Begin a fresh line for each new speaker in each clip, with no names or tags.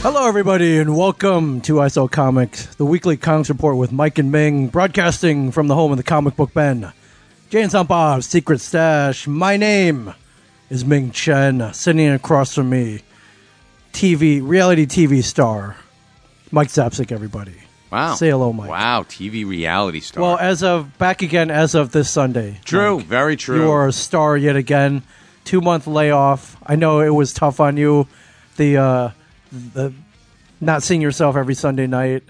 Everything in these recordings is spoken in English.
Hello, everybody, and welcome to ISO Comics, the weekly comics report with Mike and Ming, broadcasting from the home of the comic book Ben. Jane Bob's Secret Stash. My name is Ming Chen. Sitting across from me, TV reality TV star Mike Zapsik. Everybody,
Wow.
Say hello, Mike.
Wow, TV reality star.
Well, as of back again, as of this Sunday,
true, very true.
you are a star yet again. Two month layoff. I know it was tough on you. The uh, the not seeing yourself every Sunday night,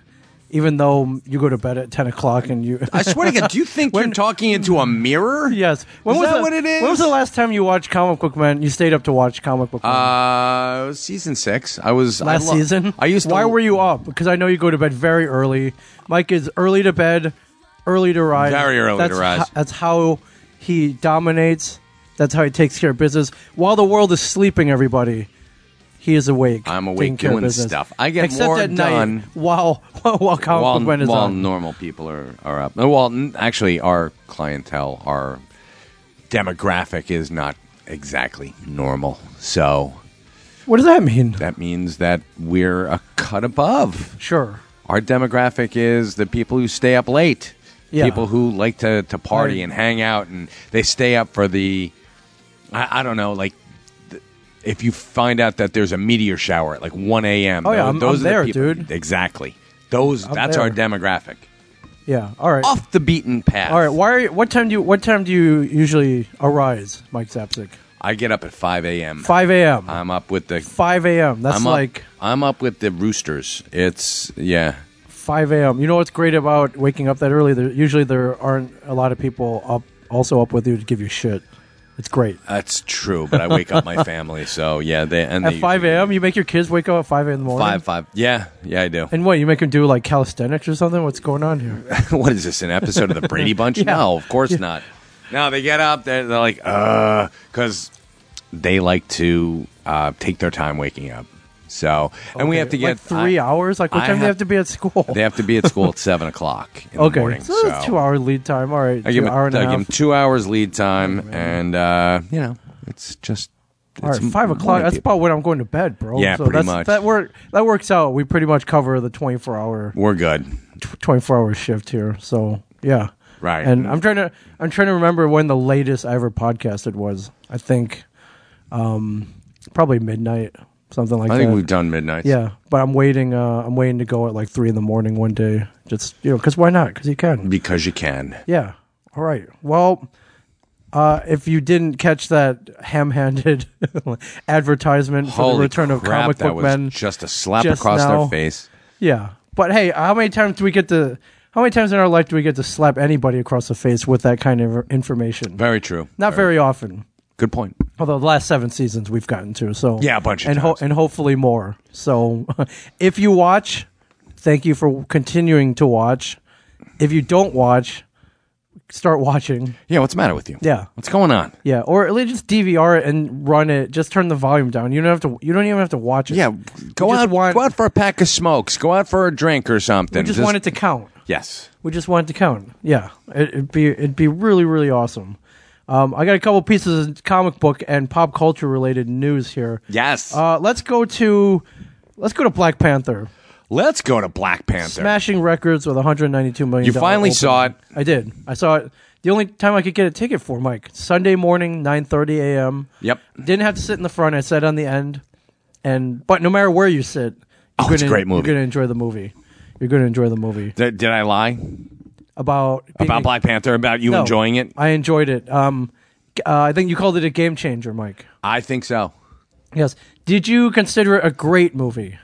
even though you go to bed at ten o'clock and you.
I swear to God, do you think you're talking into a mirror?
yes.
Is that
the,
what it is?
When was the last time you watched Comic Book Man? You stayed up to watch Comic Book Man.
Uh, season six. I was I
last
lo-
season.
I used.
Why
to,
were you up? Because I know you go to bed very early. Mike is early to bed, early to rise.
Very early to
that's
rise.
ho- that's how he dominates. That's how he takes care of business. While the world is sleeping, everybody, he is awake.
I'm awake
taking care of
doing
business.
stuff. I get
Except
more
at
done-
night while while comic
While,
book man is
while
on.
normal people are are up. Well, n- actually, our clientele, our demographic is not exactly normal. So
What does that mean?
that means that we're a cut above.
Sure.
Our demographic is the people who stay up late,
Yeah.
people who like to, to party
Right.
and hang out, and they stay up for the, I, I don't know, like th- if you find out that there's a meteor shower at like 1 a.m.
Oh, yeah,
tho-
I'm-
those
I'm
are
there,
the people,
dude.
Exactly. Those that's
there.
our demographic.
Yeah. All right.
Off the beaten path.
All right. Why? Are you, what time do you? What time do you usually arise, Mike Zapsik?
I get up at 5 a.m.
Five a.m.
I'm up with the.
Five a.m. That's
I'm up,
like.
I'm up with the roosters. It's yeah.
5 a.m. You know what's great about waking up that early? There, usually there aren't a lot of people up also up with you to give you shit. It's great.
That's true, but I wake up my family, so yeah. They and
At
they
5
usually-
a.m., you make your kids wake up at 5 a.m. in the morning.
Five, five. Yeah, yeah, I do.
And what you make them do like calisthenics or something? What's going on here?
what is this? An episode of the Brady Bunch? No, of course not. No, they get up. They're, they're like, uh, because they like to uh, take their time waking up. So, and we
Okay,
have to get
like three
I-
hours. Like what
I
time do they
have-
have to be at school?
They have to be at school at seven o'clock in
okay,
the morning.
so that's two hour lead time. All right,
I give
two
them,
hour and
I
a
give them
half.
two hours lead time, and uh, you know, it's just it's
All right, five o'clock.
morning
That's
people.
about when I'm going to bed, bro.
Yeah,
so
pretty
that's,
much.
That work that works out. We pretty much cover the 24 hour
We're good.
24 hour shift here so yeah
Right. Mm-hmm.
and i'm trying to i'm trying to remember when the latest i ever podcasted was i think um probably midnight something like
I
that
think we've done midnight.
yeah but i'm waiting uh i'm waiting to go at like three in the morning one day just you know because why not because you can
because you can.
yeah all right well uh, if you didn't catch that ham-handed advertisement for the
Holy
return of
crap,
comic
that
book
was
men,
just a slap
just
across
now.
their face.
yeah. But hey, how many times do we get to how many times in our life do we get to slap anybody across the face with that kind of information?
Very true.
Not very often.
Good point.
Although the last seven seasons we've gotten to, so
Yeah, a bunch of
and
times.
and hopefully more. So, if you watch, thank you for continuing to watch. If you don't watch, start watching.
Yeah, what's the matter with you?
Yeah,
What's going on?
yeah, or at least just DVR it and run it. Just turn the volume down. You don't have to. You don't even have to watch it.
Yeah, go
just
out.
want-
go out for a pack of smokes. Go out for a drink or something.
we just want it to count.
Yes.
We just want it to count. Yeah, it, it'd be it'd be really really awesome. Um, I got a couple pieces of comic book and pop culture related news here.
Yes.
Uh, let's go to let's go to Black Panther
Let's go to Black Panther.
smashing records with 192 million.
You finally saw it.
I did. I saw it. The only time I could get a ticket for Mike Sunday morning 9:30 a.m.
Yep.
Didn't have to sit in the front. I sat on the end, and but no matter where you sit, you're
Oh, it's a
gonna-
great movie.
You're gonna enjoy the movie. You're gonna enjoy the movie
Did, did I lie
about being
about Black Panther? About you
No,
enjoying it?
I enjoyed it. Um, uh, I think you called it a game changer, Mike.
I think so.
Yes. Did you consider it a great movie?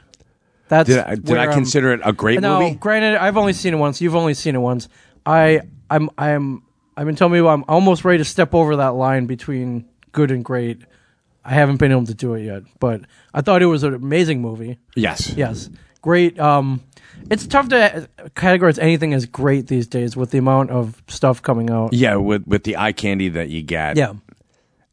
That's
Did I, did
where um,
I
I'm-
consider it a great
now,
movie?
granted, I've only seen it once. You've only seen it once. I, I'm, I'm, I've been telling you I'm almost ready to step over that line between good and great. I haven't been able to do it yet, but I thought it was an amazing movie.
Yes.
Yes, great. Um, it's tough to categorize anything as great these days with the amount of stuff coming out.
Yeah. With with the eye candy that you get.
Yeah.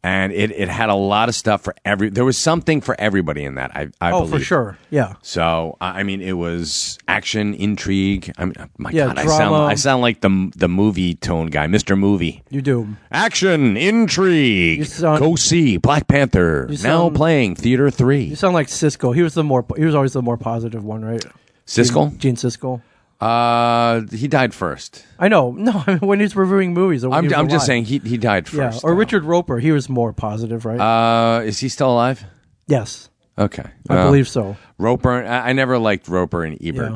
and it, it had a lot of stuff for every. There was something for everybody in that. I, I
Oh,
believe.
for sure. Yeah.
So I I mean, it was action, intrigue. I mean, oh my
Yeah,
God, I sound
drama.
I sound like the the movie tone guy, Mister Movie.
You do.
Action, intrigue.
sound-
Go see Black Panther now
sound-
playing theater three.
You sound like Cisco. He was the more he was always the more positive one, right?
Siskel.
Gene Siskel.
Uh, he died first.
I know. No, I mean, when he's reviewing movies, or when he
I'm
was
I'm just
alive.
saying he he died
Yeah.
first.
Or Richard Roper. He was more positive, right?
Uh, is he still alive?
yes,
Okay,
I
Well,
believe so.
Roper. I, I never liked Roper and Ebert.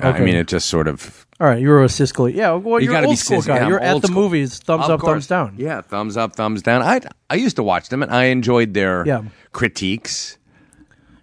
I
Okay.
mean, it just sort of
All right, you were a Siskel. Yeah. Well,
You
you are
gotta
an
be
old school
Siskel.
guy.
Yeah, I'm
you're at
old
the
school.
movies. Thumbs
Of
up, thumbs
course.
down.
Yeah, thumbs up, thumbs down. I I used to watch them and I enjoyed their
Yeah.
critiques.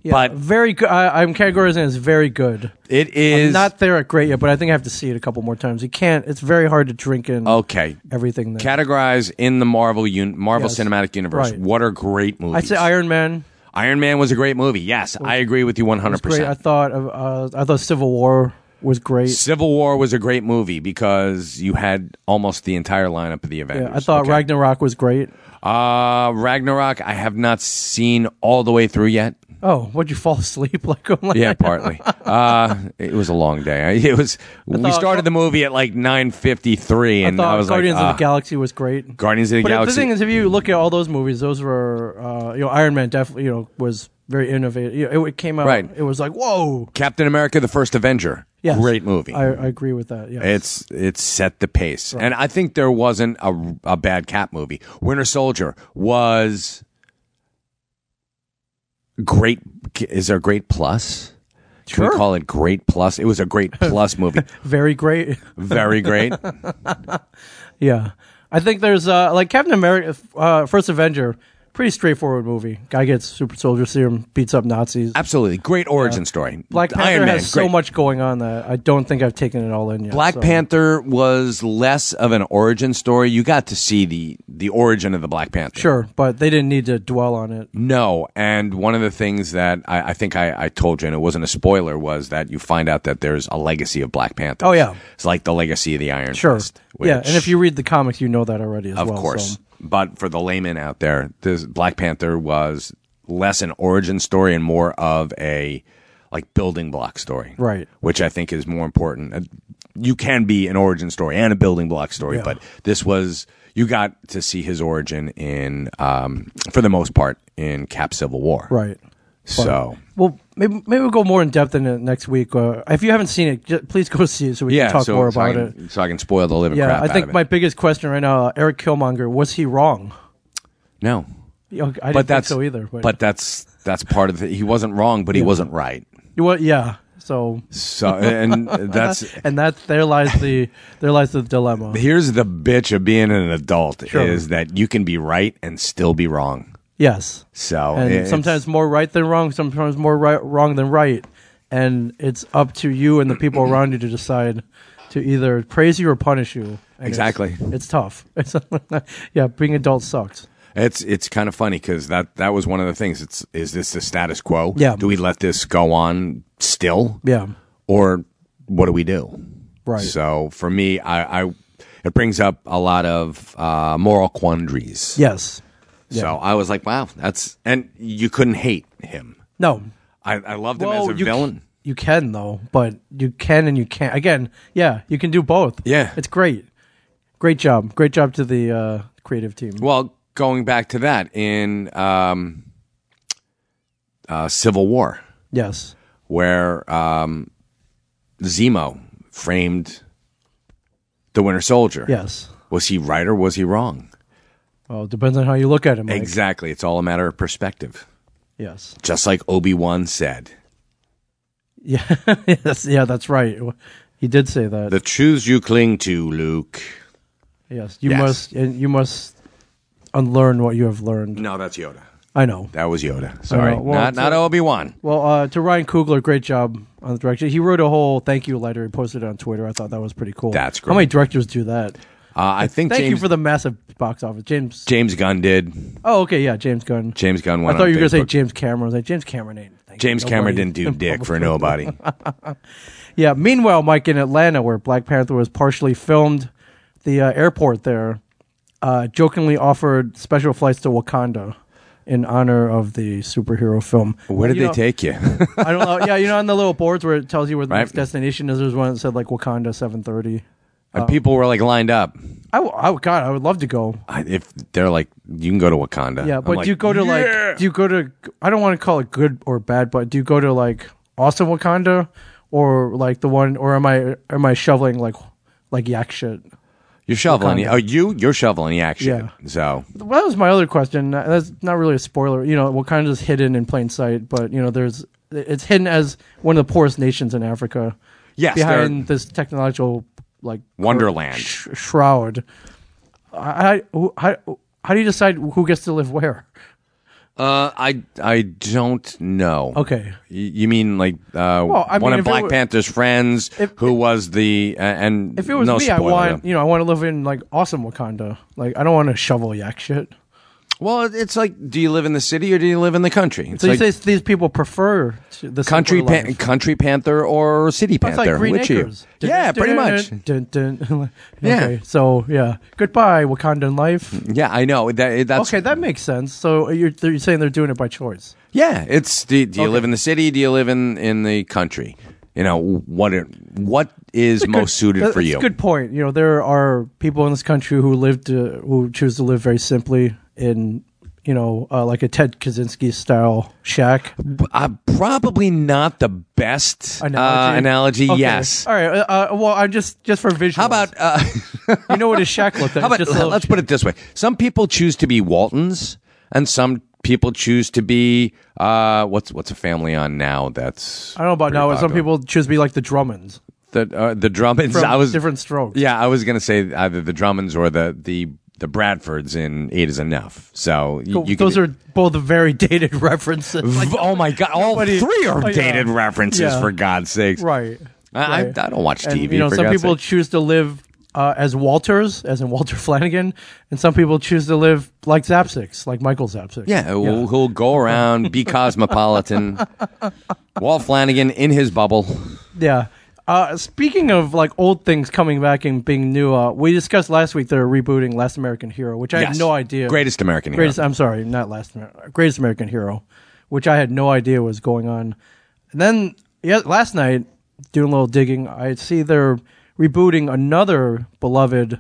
Yeah,
But-
very good. I, I'm categorizing it as very good.
It is
Not there at great yet, but I think I have to see it a couple more times. You can't. It's very hard to drink in
okay.
everything. There.
Categorize in the Marvel un- Marvel
Yes.
Cinematic Universe.
Right.
What are great movies?
I'd say Iron Man.
Iron Man was a great movie. Yes, I agree with you one hundred
was great. I
percent.
thought of, uh, I thought Civil War was great.
Civil War was a great movie because you had almost the entire lineup of the Avengers.
Yeah, I thought
Okay.
Ragnarok was great.
Uh, Ragnarok, I have not seen all the way through yet.
Oh, would you fall asleep like? oh I'm like
Yeah, partly. Uh, it was a long day. I- It was. we
thought-
started the movie at like nine fifty three,
I
and I,
thought
was
Guardians
like,
of the Galaxy was great.
"Ah, Guardians of the
But
Galaxy.
the thing is, if you look at all those movies, those were uh, you know Iron Man definitely you know was very innovative. You know, It, it came out.
Right.
It was like whoa.
Captain America: The First Avenger.
Yes.
Great movie.
I, I agree with that. Yeah.
it's it set the pace, and I think there wasn't a, a bad Cap movie. Winter Soldier was great. Is there a great plus? Should we
Sure.
call it great plus? It was a great plus movie.
very great.
Very great.
yeah. I think there's uh, like Captain America, uh, First Avenger, pretty straightforward movie. Guy gets super soldier serum, beats up Nazis.
Absolutely great origin story.
Black Panther
Iron Man,
has so
great.
much going on that I don't think I've taken it all in yet.
Black
so.
Panther was less of an origin story. You got to see the the origin of the Black Panther.
Sure, but they didn't need to dwell on it.
No, and one of the things that I, I think I, I told you, and it wasn't a spoiler, was that you find out that there's a legacy of Black Panther.
Oh, yeah.
it's like the legacy of the Iron
Sure.
Fist.
yeah,
which,
and if you read the comics, you know that already as
of
well.
course,
so-
but for the layman out there, this Black Panther was less an origin story and more of a like building block story,
Right.
Which I think is more important. Uh, You can be an origin story and a building block story,
Yeah.
but this was you got to see his origin in, um, for the most part, in Cap Civil War,
Right.
So
Well, maybe, maybe we'll go more in depth in it next week. Uh, if you haven't seen it, ju- please go see it so we
yeah,
can talk
so,
more
so I
about it.
can- so I can spoil the living
Yeah,
crap
I
out of
think
it.
my biggest question right now, uh, Eric Killmonger, was he wrong?
no,
You know, I didn't
but that's
think so either. But,
that's that's part of the. He wasn't wrong, but he wasn't right.
well, yeah. So
So and that's
and that there lies the there lies the dilemma.
here's the bitch of being an adult
Sure.
is that you can be right and still be wrong.
Yes.
So
and
it's-
sometimes more right than wrong, sometimes more right, wrong than right, and it's up to you and the people around you to decide to either praise you or punish you. And it's-
Exactly.
it's, tough. It's yeah, being adult sucks.
it's it's kind of funny because that that was one of the things. It's is this the status quo?
Yeah.
Do we let this go on still?
Yeah,
Or what do we do?
right.
So for me, I, I it brings up a lot of uh, moral quandaries.
Yes.
So I was like, wow, that's and you couldn't hate him.
No.
I, I loved him
Well,
as a
you
villain.
c- you can though, but you can and you can't. Again, yeah, you can do both.
Yeah.
it's great. Great job. Great job to the uh, creative team.
Well, going back to that in um, uh, Civil War,
Yes.
where um, Zemo framed the Winter Soldier.
Yes.
Was he right or was he wrong?
Well, it depends on how you look at it, Mike.
Exactly. It's all a matter of perspective.
yes.
Just like Obi Wan said,
Yeah. yes. Yeah, that's right. He did say that.
"The truths you cling to, Luke."
yes. You
Yes.
must. And you must unlearn what you have learned.
No, that's Yoda.
I know.
That was Yoda. Sorry,
Uh, well,
not not Obi Wan.
Well, uh, to Ryan Coogler, great job on the direction. He wrote a whole thank you letter. He posted it on Twitter. I thought that was pretty cool.
That's
How
great.
many directors do that?
Uh, I think
Thank you
James
for the massive box office, James.
James Gunn did.
Oh, okay, yeah, James Gunn.
James Gunn went.
I thought
on
you were gonna say
Facebook.
James Cameron. I was like James Cameron ain't. thank
James
nobody.
Cameron didn't do dick for nobody.
Yeah. Meanwhile, Mike in Atlanta, where Black Panther was partially filmed, the uh, airport there. uh, jokingly offered special flights to Wakanda in honor of the superhero film.
Where did
You
they
know-
take you?
I don't know. Yeah, you know, on the little boards where it tells you where the
Right.
next destination is, there's one that said like Wakanda 7:30. uh,
and people were like lined up.
I, w- I would- God, I would love to go.
I, if they're like, you can go to Wakanda.
Yeah,
I'm
but
like,
do you go to
"Yeah!"
like? Do you go to? I don't want to call it good or bad, but do you go to like awesome Wakanda or like the one? Or am I am I shoveling like like yak shit?
You're shoveling. Oh, you you're shoveling the action.
Yeah.
So
Well, that was my other question. That's not really a spoiler. You know, Wakanda is hidden in plain sight, but you know, there's it's hidden as one of the poorest nations in Africa.
Yes,
behind this technological like
Wonderland.
sh- shroud. I, I, who- how, how do you decide who gets to live where?
uh, I I don't know.
Okay,
Y- You mean like uh,
I
one
mean, if
of
it
Black
were-
Panther's friends who was the uh, and
if it was
no
me, I
spoiler.
want you know I want to live in like awesome Wakanda. Like I don't want to shovel yak shit.
Well, it's like, do you live in the city or do you live in the country? It's
So
like
you say these people prefer to the
country
simpler
pan-
life.
country panther or city
It's
panther.
like Green
which
Acres.
you? Yeah, pretty much.
Dun, dun, dun.
Yeah.
Okay, so yeah, goodbye Wakandan life.
Yeah, I know that. That's
Okay, that makes sense. So uh, you're, you're saying they're doing it by choice.
Yeah, it's do, do you live in the city? Do you live in in the country? You know what? Are, what is most suited
That-
for
that's
you?
a good point. You know, there are people in this country who live to, who choose to live very simply in, you know, uh, like a Ted Kaczynski style shack.
Uh, probably not the best Uh, analogy
Okay.
Yes.
All right. Uh, uh, well, I'm just just for visual.
How about uh,
you know what a shack looked like?
how about
It's just a little
let's put it this way: some people choose to be Waltons, and some people choose to be uh, what's what's a family on now? That's
I don't know about
pretty
now. Some
popular?
people choose to be like the Drummonds
the uh, the Drummonds.
from
I was
different strokes.
Yeah, I was gonna say either the Drummonds or the the the Bradfords in Eight Is Enough. So you, you can e-
Those are both very dated references. Like,
V- oh my god! All
Nobody-
three are
Oh, yeah.
dated references
Yeah.
for God's sakes.
right.
I, I, I
right.
don't watch
And,
TV.
you know,
for
some
God's
people
sake.
choose to live uh, as Walters, as in Walter Flanagan, and some people choose to live like Zapsix, like Michael Zapsix.
yeah, Who, who'll go around be cosmopolitan. Walt Flanagan in his bubble.
yeah. Uh, speaking of like old things coming back and being new, uh, we discussed last week they're rebooting Last American Hero, which I had
Yes.
no idea.
Greatest American
Greatest.
hero.
I'm sorry, not Last Amer- Greatest American Hero, which I had no idea was going on. And then yeah, last night doing a little digging, I see they're rebooting another beloved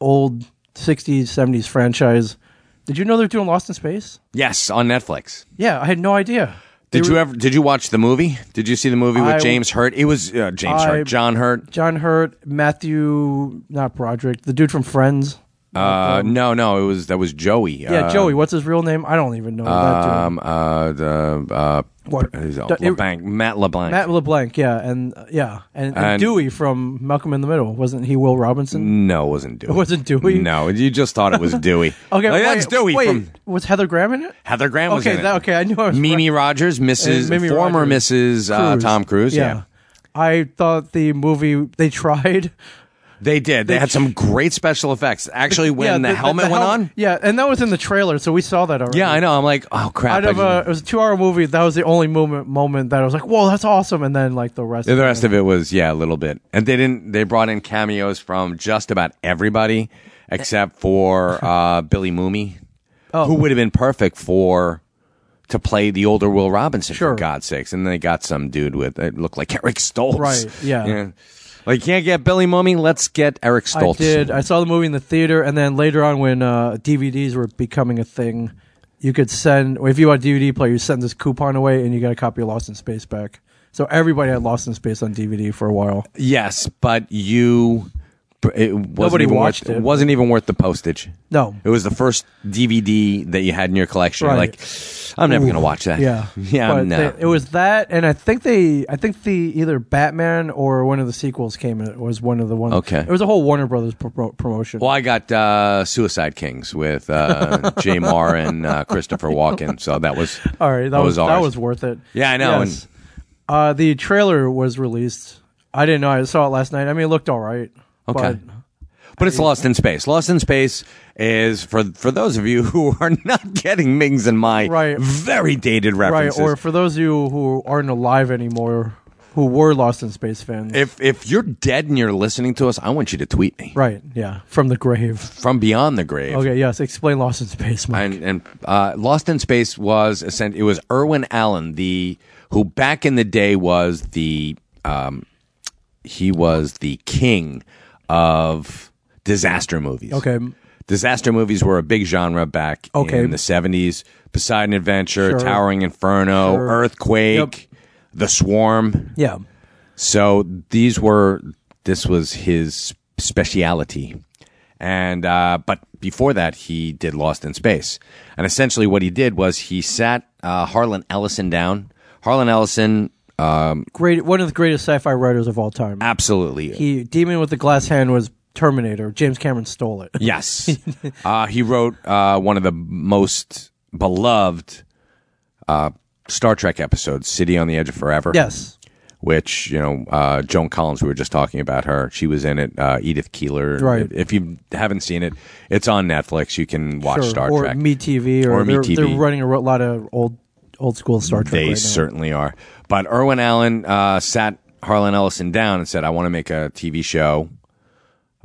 old 60s 70s franchise. Did you know they're doing Lost in Space?
Yes, on Netflix.
Yeah, I had no idea.
Did
They
you
were-
ever? Did you watch the movie? Did you see the movie with
I-
James Hurt? It was uh, James
I-
Hurt, John Hurt.
John Hurt, Matthew, not Broderick, the dude from Friends.
Uh, no, no, it was that was Joey.
Yeah,
uh,
Joey. What's his real name? I don't even know. that dude.
Um, uh, the uh,
What?
his-
The- it-
LeBlanc, Matt LeBlanc.
Matt LeBlanc, yeah, and uh, yeah, and, and
And- Mm.
Dewey from Malcolm in the Middle wasn't he Will Robinson?
No, it wasn't Dewey. It
wasn't Dewey?
No, you just thought it was Dewey.
Okay,
Like,
wait,
that's Oh, Dewey
Wait,
from
was Heather Graham in it?
Heather Graham was
okay,
in it.
that, okay, I knew I was
Mimi Rogers, Mrs.
Uh, Mimi
former
Rogers.
Mrs. Uh,
Cruise.
Tom Cruise. Yeah.
I thought the movie they tried.
they did. They had some great special effects. Actually, when the, helmet went
hel-
on.
Yeah, and that was in the trailer, so we saw that already.
Yeah, I know. I'm like, oh crap!
Out
I
of
just-
a, it was a two-hour movie. That was the only moment moment that I was like, "Whoa, that's awesome!" And then like the rest.
the rest of it was yeah, a little bit. And they didn't. They brought in cameos from just about everybody except for uh, Billy Mooney,
Oh.
who would have been perfect for. To play the older Will Robinson,
Sure.
for God's sakes, and they got some dude with it looked like Eric Stoltz,
Right, yeah.
Like can't get Billy Mummy, let's get Eric
I
Stoltz.
did. I saw the movie in the theater, and then later on, when uh, DVDs were becoming a thing, you could send or if you had a DVD player, you send this coupon away, and you got a copy of Lost in Space back. So everybody had Lost in Space on DVD for a while.
Yes, but you. It wasn't
Nobody
even
watched
worth,
it.
Wasn't even worth the postage.
No.
it was the first DVD that you had in your collection. You're
Right.
Like, I'm never gonna watch that.
Yeah,
yeah,
But
no.
they- it was that, and I think they, I think the either Batman or one of the sequels came. It was one of the ones.
Okay.
it was a whole Warner Brothers pro- promotion.
well, I got uh, Suicide Kings with uh, Jay Marr and uh, Christopher Walken, so that was
All right, that, was, that
ours.
was worth it.
Yeah, I know,
Yes. Uh, the trailer was released. I didn't know. I saw it last night. I mean, it looked all right.
Okay.
But
But it's Lost in Space. Lost in Space is for for those of you who are not getting Mings and my
Right.
very dated
Right,
references.
or for those of you who aren't alive anymore, who were Lost in Space fans.
If if you're dead and you're listening to us, I want you to tweet me
right. Yeah. From the grave.
from beyond the grave.
Okay. Yes. Explain Lost in Space, Mike.
And, and uh, Lost in Space was ascend- it was Irwin Allen, the who back in the day was the um, he was the king of disaster movies.
Okay.
Disaster movies were a big genre back
Okay.
in the 70s. Poseidon Adventure,
Sure.
Towering Inferno,
Sure.
Earthquake, The Swarm.
Yeah.
So these were this was his speciality. And uh, but before that, he did Lost in Space, and essentially what he did was he sat uh, Harlan Ellison down. Harlan Ellison,
Great. One of the greatest sci-fi writers of all time.
absolutely,
He Demon with the Glass Hand was Terminator. James Cameron stole it.
yes, uh, he wrote uh, one of the most beloved uh, Star Trek episodes, "City on the Edge of Forever."
yes.
which you know uh, Joan Collins. We were just talking about her. She was in it. Uh, Edith Keeler.
Right.
If, if you haven't seen it, it's on Netflix. You can watch
Sure.
Star
or
Trek.
Me TV. Or,
Or
they're,
MeTV.
they're running a ro- lot of old old school Star Trek.
they
right now.
certainly are. But Irwin Allen uh, sat Harlan Ellison down and said, "I want to make a TV show,"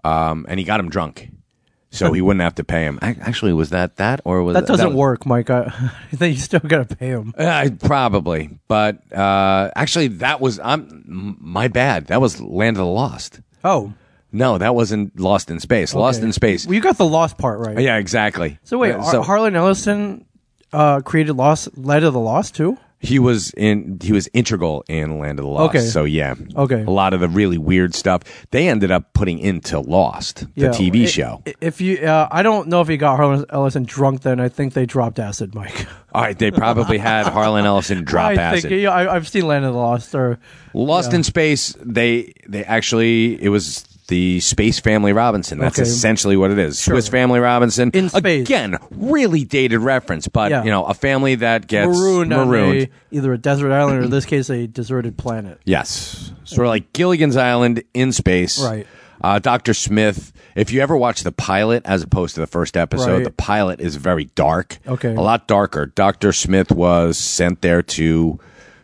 um, and he got him drunk. So he wouldn't have to pay him. Ac- Actually, was that that or was
That doesn't
was-
work, Mike. I, I think you still gotta pay him.
Uh, probably, but uh, actually, that was I'm m- my bad. That was Land of the Lost.
Oh,
No, that wasn't Lost in Space. Lost
okay.
in Space.
Well, you got the lost part right.
Oh, Yeah, exactly.
So wait,
Uh,
Har- Harlan Ellison uh, created Lost, Light of the Lost too.
he was in. He was integral in Land of the Lost.
Okay.
So yeah.
Okay.
A lot of the really weird stuff they ended up putting into Lost, the
Yeah.
TV
I-
show.
i- If you, uh, I don't know if he got Harlan Ellison drunk. Then I think they dropped acid, Mike.
All right, they probably had Harlan Ellison drop
I
acid.
think yeah, I, I've seen Land of the Lost. Or
Lost in Space. They they actually it was. The Space Family Robinson. That's
Okay.
essentially what it is. Swiss Family Robinson.
In space.
Again, really dated reference, but
Yeah.
you know, a family that gets
marooned, on
marooned.
a- either a desert island or in this case a deserted planet.
Yes. Sort of like Gilligan's Island in space.
Right.
Uh, Dr. Smith, if you ever watch the pilot as opposed to the first episode,
Right.
the pilot is very dark.
Okay.
A lot darker. Dr. Smith was sent there to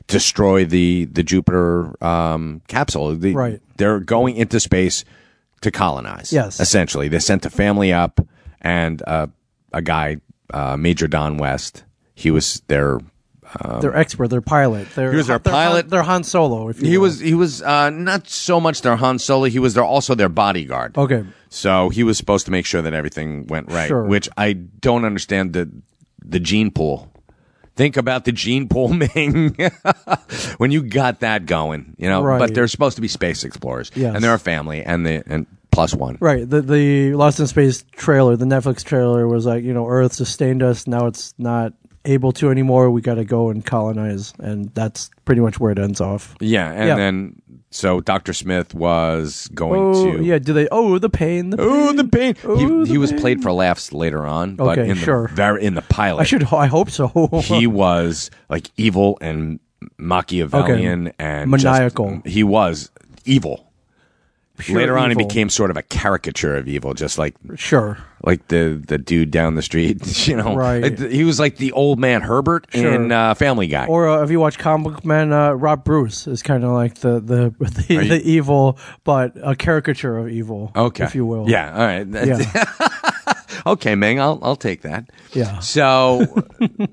destroy the, the Jupiter um, capsule. The-
Right.
They're going into space to colonize.
Yes.
Essentially, they sent a family up and uh, a guy, uh, Major Don West, he was their
they're expert. They're pilot. They're,
Um, he was their
they're Han-
pilot.
They're Han Solo. If you
He
will.
was he was uh, not so much their Han Solo. He was their also their bodyguard.
okay.
So he was supposed to make sure that everything went right,
Sure.
which I don't understand the the gene pool. Think about the gene pool, Ming, when you got that going, you know.
Right.
But they're supposed to be space explorers,
Yes.
and they're a family, and the and plus one.
Right, the the Lost in Space trailer, the Netflix trailer was like, you know, Earth sustained us. Now it's not able to anymore. We got to go and colonize, and that's pretty much where it ends off.
Yeah, and
Yeah.
then so Doctor Smith was going
Oh
to
yeah, do they? Oh, the pain. The pain.
Oh, the pain. he
Oh,
he was played for laughs later on, but
Okay,
in
sure.
the very in the pilot,
I should. I hope so.
he was like evil and Machiavellian and just-
Maniacal.
he was evil.
Pure
Later on, he
evil.
became sort of a caricature of evil, just like
sure.
like the the dude down the street. You know,
Right.
Like, he was like the old man Herbert
Sure.
in uh, Family Guy.
Or uh, if you watch Comic Man, uh, Rob Bruce is kind of like the the the,
you-
the evil, but a caricature of evil.
okay,
if you will.
Yeah, all right. That-
Yeah.
okay, Ming, I'll I'll take that.
Yeah.
So,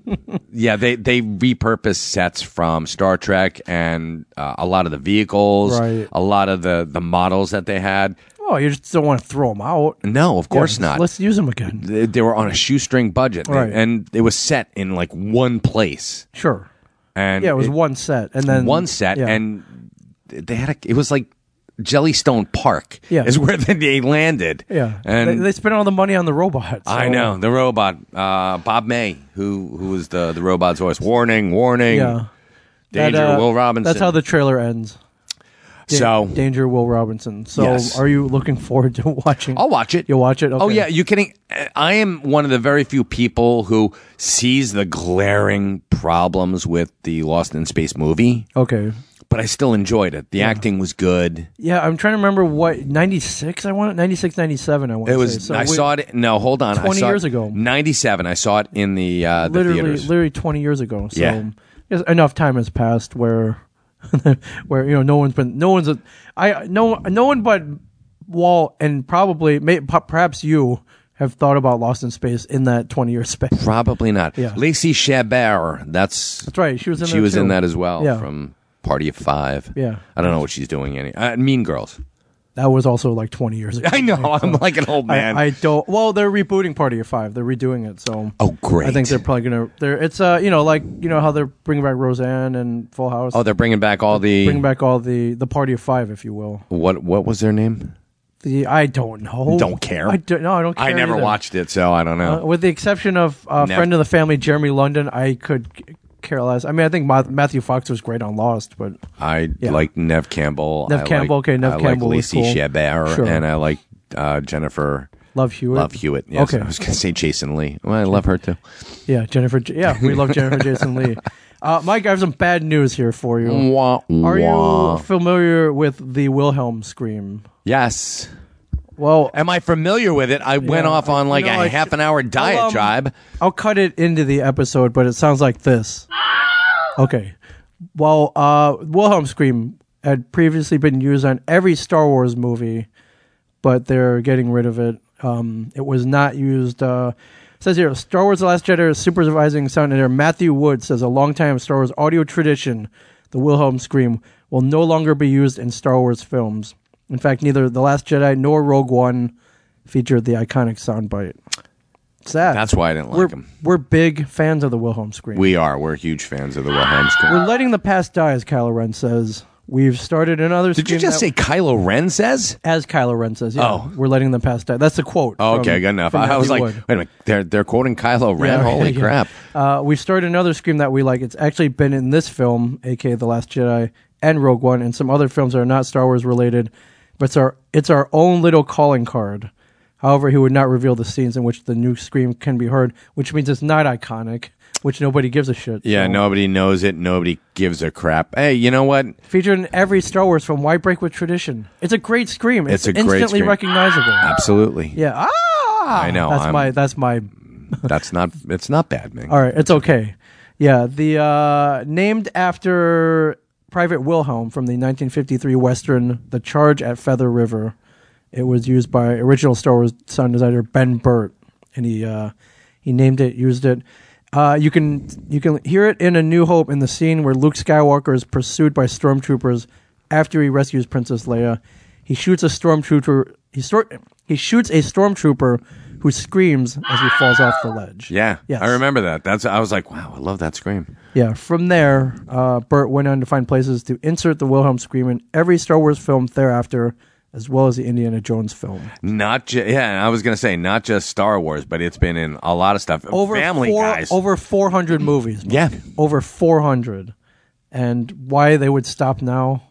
yeah, they they repurpose sets from Star Trek and uh, a lot of the vehicles,
Right.
a lot of the the models that they had.
oh, you just don't want to throw them out. Of
No, of course not.
Let's use them again.
they, they were on a shoestring budget,
Right.
and it was set in like one place,
Sure.
and
Yeah, it was one set, and then
one set,
yeah.
and they had a, it was like Jellystone Park
Yeah.
is where they landed.
Yeah,
and
they, they spent all the money on the robots.
I know the robot, uh, Bob May, who who was the the robot's voice. Warning, warning,
Yeah,
danger,
That, uh,
Will Robinson.
That's how the trailer ends. Da-
so.
danger, Will Robinson. So,
Yes.
are you looking forward to watching?
I'll watch it.
You'll watch it.
Oh
Okay.
yeah, you kidding? I am one of the very few people who sees the glaring problems with the Lost in Space movie.
Okay.
but I still enjoyed it. The acting was good.
Yeah, I'm trying to remember what 96. I want 96, 97. I want.
It was. I saw it. No, hold on.
20
I saw
years
it,
ago.
Ninety-seven. I saw it in the uh, the
literally,
theaters.
literally 20 years ago. So,
Yeah.
yes, enough time has passed where where you know no one's been no one's a, I no no one but Wall and probably may, p- perhaps you have thought about Lost in Space in that twenty year space.
Probably not. Lacey Chabert. That's
That's right. She was in.
she
there
was
too.
in that as well
Yeah.
from Party of Five.
Yeah.
I don't know what she's doing any. Uh, mean Girls.
That was also like twenty years ago.
I know. I'm like an old man.
I, I don't. Well, they're rebooting Party of Five. They're redoing it, so
oh, great.
I think they're probably gonna. They're it's uh you know like you know how they're bringing back Roseanne and Full House.
Oh, they're bringing back all the
bring back all the the Party of Five, if you will.
what? What was their name?
The I don't know.
Don't care.
I don't. No, I don't. Care
I never
either.
watched it, so I don't know.
Uh, with the exception of uh,
Nev-
friend of the family Jeremy London, I could c- care less. I mean, I think Ma- Matthew Fox was great on Lost, but
I
Yeah.
like Nev Campbell.
Neve
I like-
Campbell, okay, Neve
I
Campbell
like
was
Lacey
cool.
Chabert,
Sure.
and I like uh, Jennifer
Love Hewitt.
Love Hewitt. Yes,
Okay.
I was going to say Jason Lee. Well, I love her too.
Yeah, Jennifer. J- Yeah, we love Jennifer Jason Lee. Uh, Mike, I have some bad news here for you. Are
Wah, wah.
you familiar with the Wilhelm scream?
Yes.
Well,
Am I familiar with it? I went off on like
you know,
a
I Um, sh-
half an hour diatribe.
I'll cut it into the episode, but it sounds like this. Okay. Well, uh, Wilhelm Scream had previously been used on every Star Wars movie, but they're getting rid of it. Um, it was not used. Uh, it says here Star Wars The Last Jedi is supervising sound editor Matthew Wood says a longtime Star Wars audio tradition, the Wilhelm Scream, will no longer be used in Star Wars films. In fact, neither The Last Jedi nor Rogue One featured the iconic soundbite. Sad.
That's why I didn't
We're,
like him.
we're big fans of the Wilhelm Scream.
We are. We're huge fans of the Wilhelm
We're
scream.
letting the past die, as Kylo Ren says. We've started another.
Did you just say Kylo Ren says?
as Kylo Ren says? Yeah,
Oh.
we're letting the past die. That's the quote.
Oh,
from-
okay, good enough.
from
I, I was
Matthew
like,
Wood.
wait a minute. They're they're quoting Kylo Ren.
Yeah,
Holy
yeah.
crap!
Uh, we've started another scream that we like. It's actually been in this film, aka The Last Jedi and Rogue One, and some other films that are not Star Wars related, but it's our it's our own little calling card. However, he would not reveal the scenes in which the new scream can be heard, which means it's not iconic, which nobody gives a shit.
Yeah,
So-
nobody knows it. Nobody gives a crap. Hey, you know what?
Featured in every Star Wars film, why break with tradition? It's a great scream. It's,
It's a great
instantly
scream.
recognizable.
Absolutely.
Yeah. Ah!
I know,
That's
I'm-
my. That's my.
That's not. It's not bad, man.
All right. It's okay. Yeah. The uh, named after Private Wilhelm from the 1953 Western "The Charge at Feather River." It was used by original Star Wars sound designer Ben Burt, and he uh, he named it, used it. Uh, you can you can hear it in A New Hope in the scene where Luke Skywalker is pursued by stormtroopers after he rescues Princess Leia. He shoots a stormtrooper. He stor- he shoots a stormtrooper who screams as he falls off the ledge.
Yeah,
Yes.
I remember that. That's. I was like, wow, I love that scream.
Yeah, from there, uh, Burt went on to find places to insert the Wilhelm scream in every Star Wars film thereafter, as well as the Indiana Jones film.
Not just. Yeah, and I was gonna say not just Star Wars, but it's been in a lot of stuff.
Over
Family
four,
guys.
over four hundred movies.
Yeah.
over four hundred, and why they would stop now,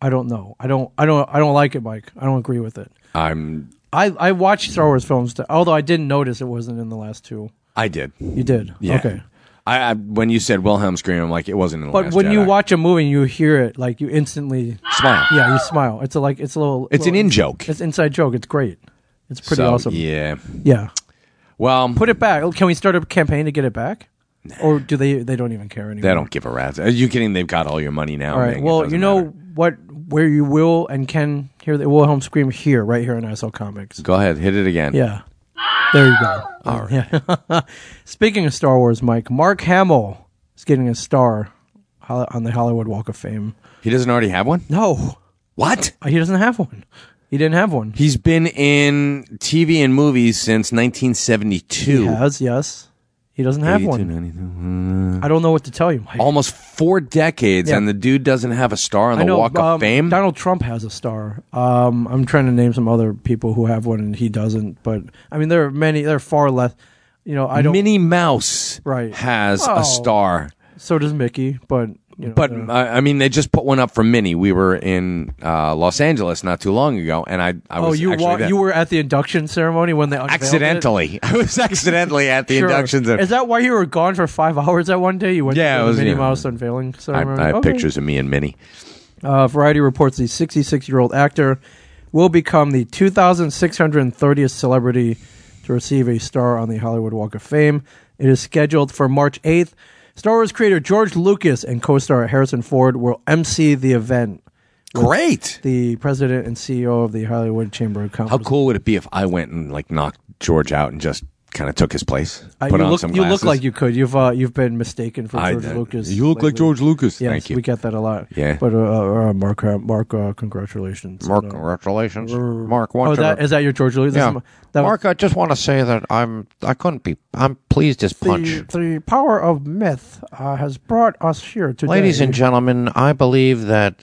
I don't know. I don't. I don't. I don't like it, Mike. I don't agree with it.
I'm.
I I watched Star Wars films, to, although I didn't notice it wasn't in the last two.
I did.
You did.
Yeah.
Okay.
I, I when you said Wilhelm scream, I'm like, it wasn't in the
But
Last
when you
Jedi.
watch a movie, and you hear it like you instantly.
smile.
Yeah, you smile. It's a like it's a little.
It's an
little-
in joke.
It's inside joke. It's great. It's pretty
So,
awesome. Yeah.
Yeah. Well,
Put it back. Can we start a campaign to get it back? Or do they they don't even care anymore?
they don't give a rat's. Are you kidding? They've got all your money now.
All right.
man. It
well,
doesn't
you know
matter.
what where you will and can hear the Wilhelm scream here right here on ISL Comics.
Go ahead, hit it again.
Yeah. There you go. All right. Yeah. Speaking of Star Wars, Mike, Mark Hamill is getting a star hol- on the Hollywood Walk of Fame.
He doesn't already have one.
No, Uh,
What?
he doesn't have one. He didn't have one.
He's been in TV and movies since 1972.
He has, yes. He doesn't have
82,
one.
92.
I don't know what to tell you, Mike.
Almost four decades,
Yeah.
and the dude doesn't have a star on the
I know,
Walk of
um,
Fame.
Donald Trump has a star. Um, I'm trying to name some other people who have one and he doesn't. But I mean, there are many. There are far less. You know, I don't.
Minnie Mouse
Right.
has
Oh.
a star,
so does Mickey, but you know,
but
uh,
I, I mean, they just put one up for Minnie. We were in uh, Los Angeles not too long ago, and I, I
oh,
was
you
actually
wa-
there.
you were at the induction ceremony when they unveiled it?
accidentally. I was accidentally at the
Sure.
inductions. Of,
Is that why you were gone for five hours that one day? You went
Yeah,
to
it
the
was,
Minnie
yeah.
Mouse unveiling
I,
ceremony.
I have
Okay.
pictures of me and Minnie.
Uh, Variety reports the 66 year old actor will become the 2,630th celebrity to receive a star on the Hollywood Walk of Fame. It is scheduled for March 8th. Star Wars creator George Lucas and co-star Harrison Ford will MC the event.
Great.
The president and CEO of the Hollywood Chamber of Commerce.
How cool would it be if I went and like knocked George out and just kind of took his place?
Uh,
put
you
on
look,
some
you look
glasses?
like you could. You've uh, you've been mistaken for
I-
George
uh,
Lucas.
You look like
lately.
George Lucas.
Yes,
Thank you.
we get that a lot.
Yeah.
But uh, uh, Mark, uh, Mark, uh, congratulations.
Mark,
No.
congratulations. Mark,
Oh,
wanted
that
to,
is that your George Lucas?
yeah.
That's- That was
Mark, I just want to say that I'm I couldn't be I'm pleased as punch.
The, the power of myth uh, has brought us here today.
Ladies and gentlemen, I believe that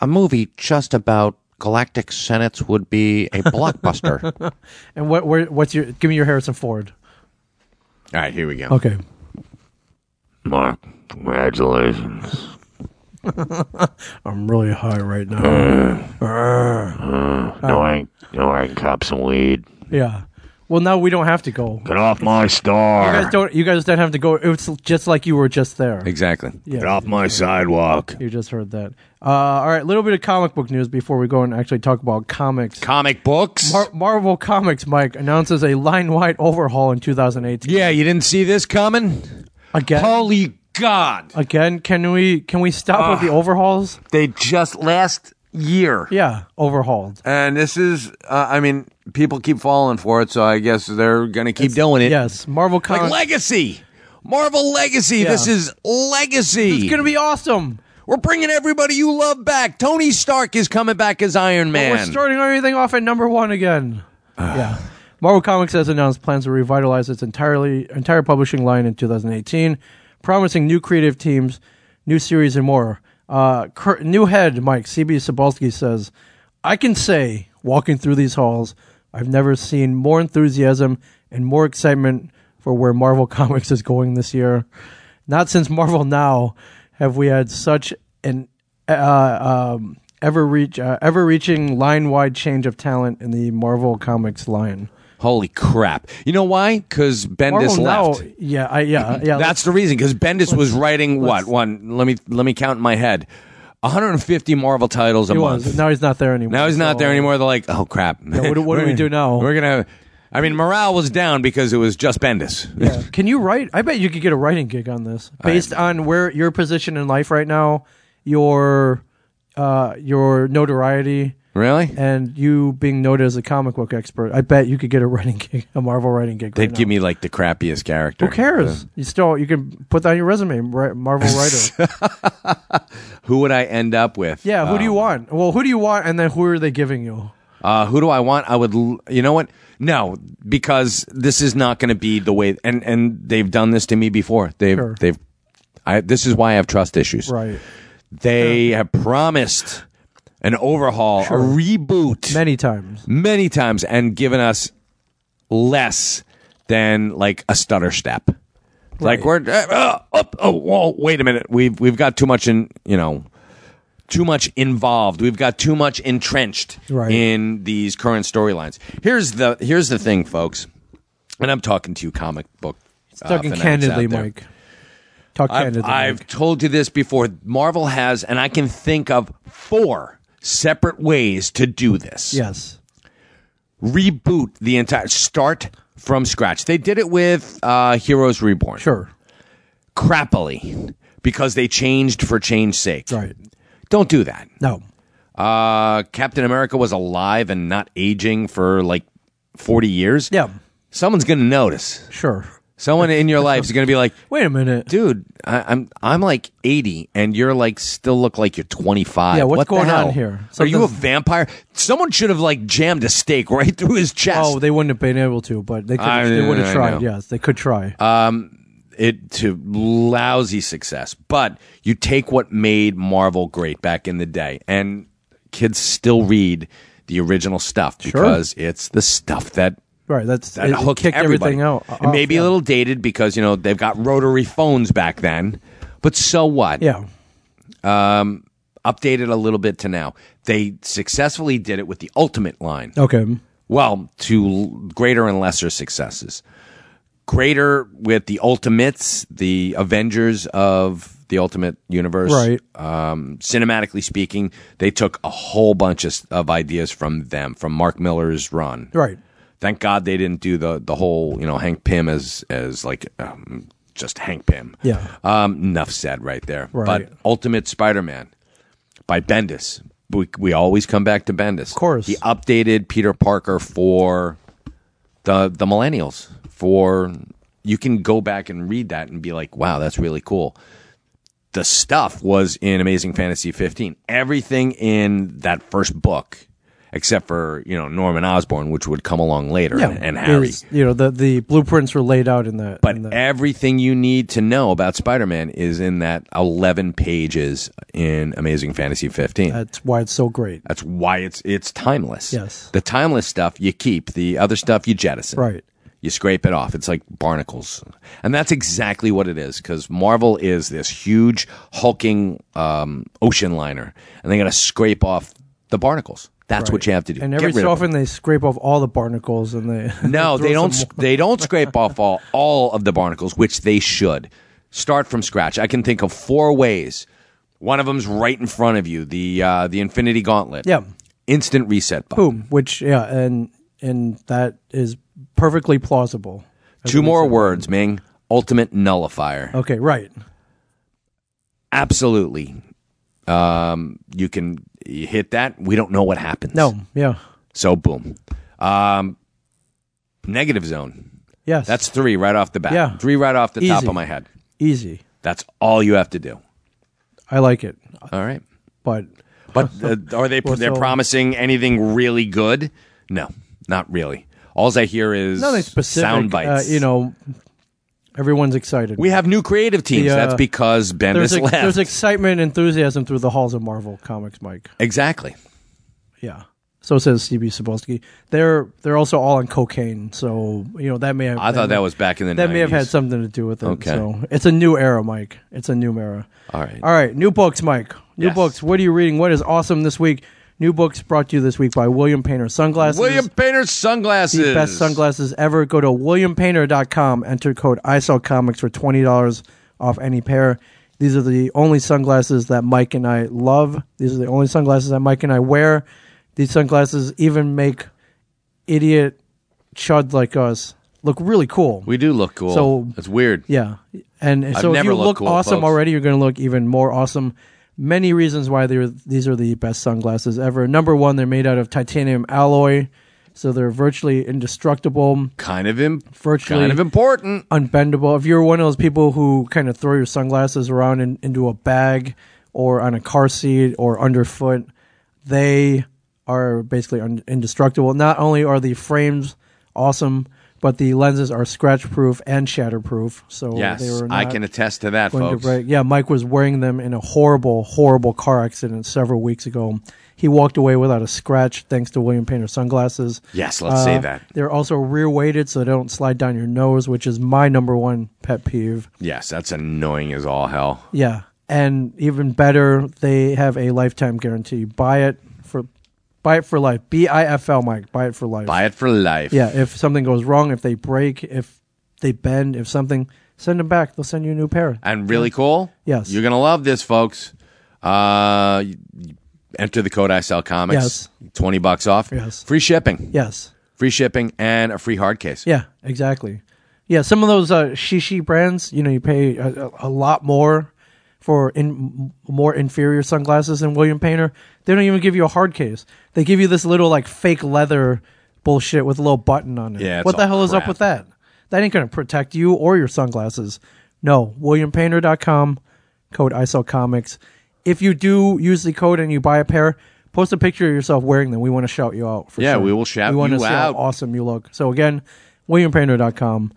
a movie just about galactic senates would be a blockbuster.
and what, where, what's your? Give me your Harrison Ford.
All right, here we go.
Okay.
Mark, congratulations.
I'm really high right now.
No, I ain't, no, I can cop some weed.
yeah. Well, now we don't have to go.
Get off
You
my
guys
star.
don't. You guys don't have to go. It's just like you were just there.
Exactly.
Yeah.
Get off my sidewalk.
You just heard that. Uh, all right, little bit of comic book news before we go and actually talk about comics.
Comic books.
Mar- Marvel Comics, Mike, announces a line-wide overhaul in 2018.
yeah, you didn't see this coming.
Again,
Holy God!
again, can we can we stop with the
Ah.
overhauls?
Uh, They just last year,
Yeah, overhauled.
and this is. Uh, I mean, people keep falling for it, so I guess they're gonna keep doing it.
Yes, Marvel
like
Comics.
legacy. Marvel Legacy. This is legacy.
it's gonna be awesome.
We're bringing everybody you love back. Tony Stark is coming back as Iron Man.
We're starting everything off at number one again. yeah. Marvel Comics has announced plans to revitalize its entirely entire publishing line in 2018, promising new creative teams, new series, and more. Uh, cur- new head Mike CB Sabalski says, "I can say, walking through these halls, I've never seen more enthusiasm and more excitement for where Marvel Comics is going this year. Not since Marvel Now have we had such an uh, um, ever reach uh, ever reaching line wide change of talent in the Marvel Comics line.
Holy crap! You know why? Because Bendis
Marvel
left.
now, yeah, I, yeah, yeah.
That's the reason. Because Bendis was writing what one? Let me let me count in my head. 150 Marvel titles a
he
month.
was. Now he's not there anymore.
Now he's not
so-
there anymore. They're like, oh crap.
what do- what do
We're
we
gonna-
do now?
We're gonna. I mean, morale was down because it was just Bendis.
Yeah. Can you write? I bet you could get a writing gig on this, based on where your position in life right now, your uh, your notoriety,
really?
and you being noted as a comic book expert. I bet you could get a writing gig, a Marvel writing gig.
They'd
right
give
now.
me like the crappiest character.
Who cares? You still you can put that on your resume, right, Marvel writer.
Who would I end up with?
Yeah, who do you want? Well, who do you want, and then who are they giving you?
Uh, who do I want? I would. l- You know what? No, because this is not going to be the way. And and they've done this to me before. They've
Sure.
they've. I, this is why I have trust issues.
Right.
They have promised an overhaul, a reboot,
Many times.
many times, and given us less than like a stutter step. Like we're uh, uh, up. Oh, whoa, wait a minute. We've we've got too much in. You know, too much involved. We've got too much entrenched
Right.
in these current storylines. Here's the here's the thing, folks. And I'm talking to you, comic book. uh,
Talking
fanatics
candidly,
out there.
Mike. Talk
I've,
candidly.
I've
Mike.
told you this before. Marvel has, and I can think of four separate ways to do this.
Yes.
Reboot the entire, start from scratch. They did it with uh, Heroes Reborn.
Sure.
Crappily, because they changed for change's sake.
Right.
Don't do that.
No.
Uh, Captain America was alive and not aging for like 40 years.
Yeah.
Someone's going to notice.
Sure.
Someone in your life is going to be like,
Wait a minute.
dude, I, I'm I'm like 80, and you're like still look like you're 25.
Yeah, what's
What the
going on
hell?
here?
Are you a
Something's-
vampire? Someone should have like jammed a stake right through his chest.
oh, they wouldn't have been able to, but they could.
I-
they would have
I
tried.
know. Uh,
Yes, they could try.
it to lousy success. But you take what made Marvel great back in the day, and kids still read the original stuff because it's the stuff that
right. That's
that
it
hooked
kicked
everybody.
everything out. Uh,
It may be a little dated because you know they've got rotary phones back then, but so what?
Yeah.
updated a little bit to now. They successfully did it with the ultimate line.
Okay.
Well, to l- greater and lesser successes. Greater with the ultimates, the Avengers of the Ultimate Universe.
Right.
Um, cinematically speaking, they took a whole bunch of, of ideas from them, from Mark Miller's run.
Right.
Thank God they didn't do the the whole you know Hank Pym as as like um, just Hank Pym.
Yeah.
Um, enough said right there.
Right.
But Ultimate Spider Man by Bendis. We, we always come back to Bendis. Of
course.
He updated Peter Parker for the the millennials. For you can go back and read that and be like, wow, that's really cool. The stuff was in Amazing Fantasy 15. Everything in that first book, except for, you know, Norman Osborn, which would come along later, and, and
It
Harry.
was- you know, the, the blueprints were laid out in the.
But e-
in the-
everything you need to know about Spider-Man is in that 11 pages in Amazing Fantasy 15.
that's why it's so great.
That's why it's it's timeless.
Yes.
The timeless stuff you keep, the other stuff you jettison.
Right.
You scrape it off. It's like barnacles. And that's exactly what it is cuz Marvel is this huge hulking um, ocean liner and they got to scrape off the barnacles. That's what you have to do.
And
Get
every
rid
so
of them.
often they scape off all the barnacles and they.
No,
throw
they don't.
some-
sc- They don't scrape off all all of the barnacles, which they should. Start from scratch. I can think of four ways. One of them's right in front of you. The uh, the Infinity Gauntlet.
Yeah.
Instant reset button.
Boom. Which yeah, and and that is perfectly plausible.
Two more words, Ming. Ultimate nullifier.
Okay. Right.
Absolutely. Um, you can you hit that. We don't know what happens.
No. Yeah.
So boom. Um, negative zone.
Yes.
That's three right off the bat.
Yeah.
Three right off the top
Easy.
of my head.
easy.
That's all you have to do.
I like it,
All right.
but
But uh, are they they're
so-
promising anything really good? No, not really. All I hear is
nothing specific.
sound bites.
Uh, you know, everyone's excited.
we have new creative teams.
The, uh,
That's because Bendis
there's ex-
left.
there's excitement, enthusiasm through the halls of Marvel Comics, Mike.
exactly.
Yeah. So says CB Sapolsky. They're they're also all on cocaine, so you know that may have.
I thought
may-
that was back in the.
that may have
90s.
had something to do with it.
Okay.
So it's a new era, Mike. It's a new era.
All right.
All right. New books, Mike. New
Yes.
books. What are you reading? What is awesome this week? New books brought to you this week by William Painter Sunglasses.
William Painter's sunglasses.
the best sunglasses ever. Go to williampainter.com, enter code ISOComics for $20 off any pair. These are the only sunglasses that Mike and I love. These are the only sunglasses that Mike and I wear. These sunglasses even make idiot chud like us look really cool.
We do look cool.
So-
it's weird.
Yeah, and so if
never
you
looked
look
cool,
awesome
folks.
already, you're going to look even more awesome. Many reasons why they're these are the best sunglasses ever. Number one, they're made out of titanium alloy, so they're virtually indestructible,
Kind of Im-
virtually
kind of important.
unbendable. If you're one of those people who kind of throw your sunglasses around in, into a bag or on a car seat or underfoot, they are basically un- indestructible. Not only are the frames awesome, but the lenses are scratch proof and shatter proof. So they
Yes,
were
I
not
can attest to that,
going to
folks.
break. Yeah, Mike was wearing them in a horrible, horrible car accident several weeks ago. He walked away without a scratch thanks to William Painter sunglasses.
Yes, let's say
Uh,
that.
They're also rear weighted so they don't slide down your nose, which is my number one pet peeve.
Yes, that's annoying as all hell.
Yeah. And even better, they have a lifetime guarantee. Buy it for buy it for life. B I F L Mike. Buy it for life.
Buy it for life.
Yeah, if something goes wrong, if they break, if they bend, if something send them back. They'll send you a new pair.
and really cool.
Yes.
you're gonna love this, folks. Uh, y- enter the code I sell comics.
Yes.
twenty bucks off.
Yes.
free shipping.
Yes.
free shipping and a free hard case.
Yeah, exactly. Yeah, some of those uh, shishi brands, you know, you pay a, a- a lot more for in, m- more inferior sunglasses than William Painter. They don't even give you a hard case. They give you this little like fake leather bullshit with a little button on it.
Yeah, it's
what the
all
hell is up
crap.
with that? That ain't gonna protect you or your sunglasses. No, WilliamPainter.com, code ISOComics. If you do use the code and you buy a pair, post a picture of yourself wearing them. We want to shout you out. For
Yeah,
sure.
we will shout
we wanna
you
see How
out.
awesome you look. So again, WilliamPainter.com,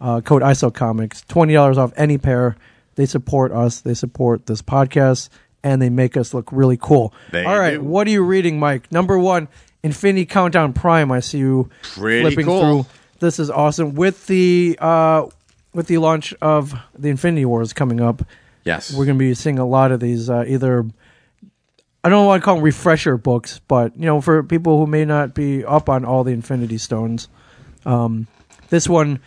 uh, code ISOComics, twenty dollars off any pair. They support us. They support this podcast, and they make us look really cool.
They
All right,
do.
what are you reading, Mike? Number one, Infinity Countdown Prime. I see you
Pretty
flipping
cool.
through. This is awesome. With the uh, with the launch of the Infinity Wars coming up,
Yes,
we're going to be seeing a lot of these uh, either I don't want to call them refresher books, but you know, for people who may not be up on all the Infinity Stones, um, this one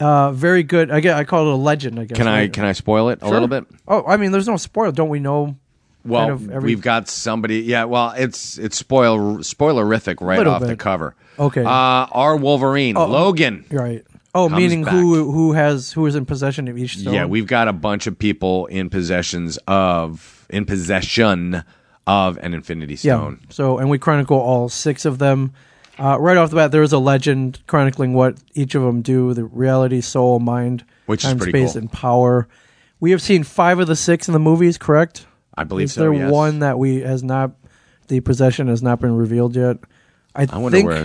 uh, very good. I guess I call it a legend. I guess.
Can I
right?
can I spoil it a little bit?
Oh, I mean, there's no spoil. Don't we know?
Well,
kind of every-
we've got somebody. Yeah, well, it's it's spoil spoilerific right
Little
off the
bit.
cover.
Okay.
uh, our Wolverine, Logan.
Right. Oh,
comes
meaning
back.
who who has who is in possession of each stone?
Yeah, we've got a bunch of people in possessions of in possession of an Infinity
yeah.
Stone.
So and we chronicle all six of them. Uh, right off the bat, there is a legend chronicling what each of them do: the reality, soul, mind,
Which is
time,
pretty
space,
cool.
and power. We have seen five of the six in the movies, correct?
I believe
is
so.
there
yes.
one that we has not the possession has not been revealed yet? I,
I wonder
think
where.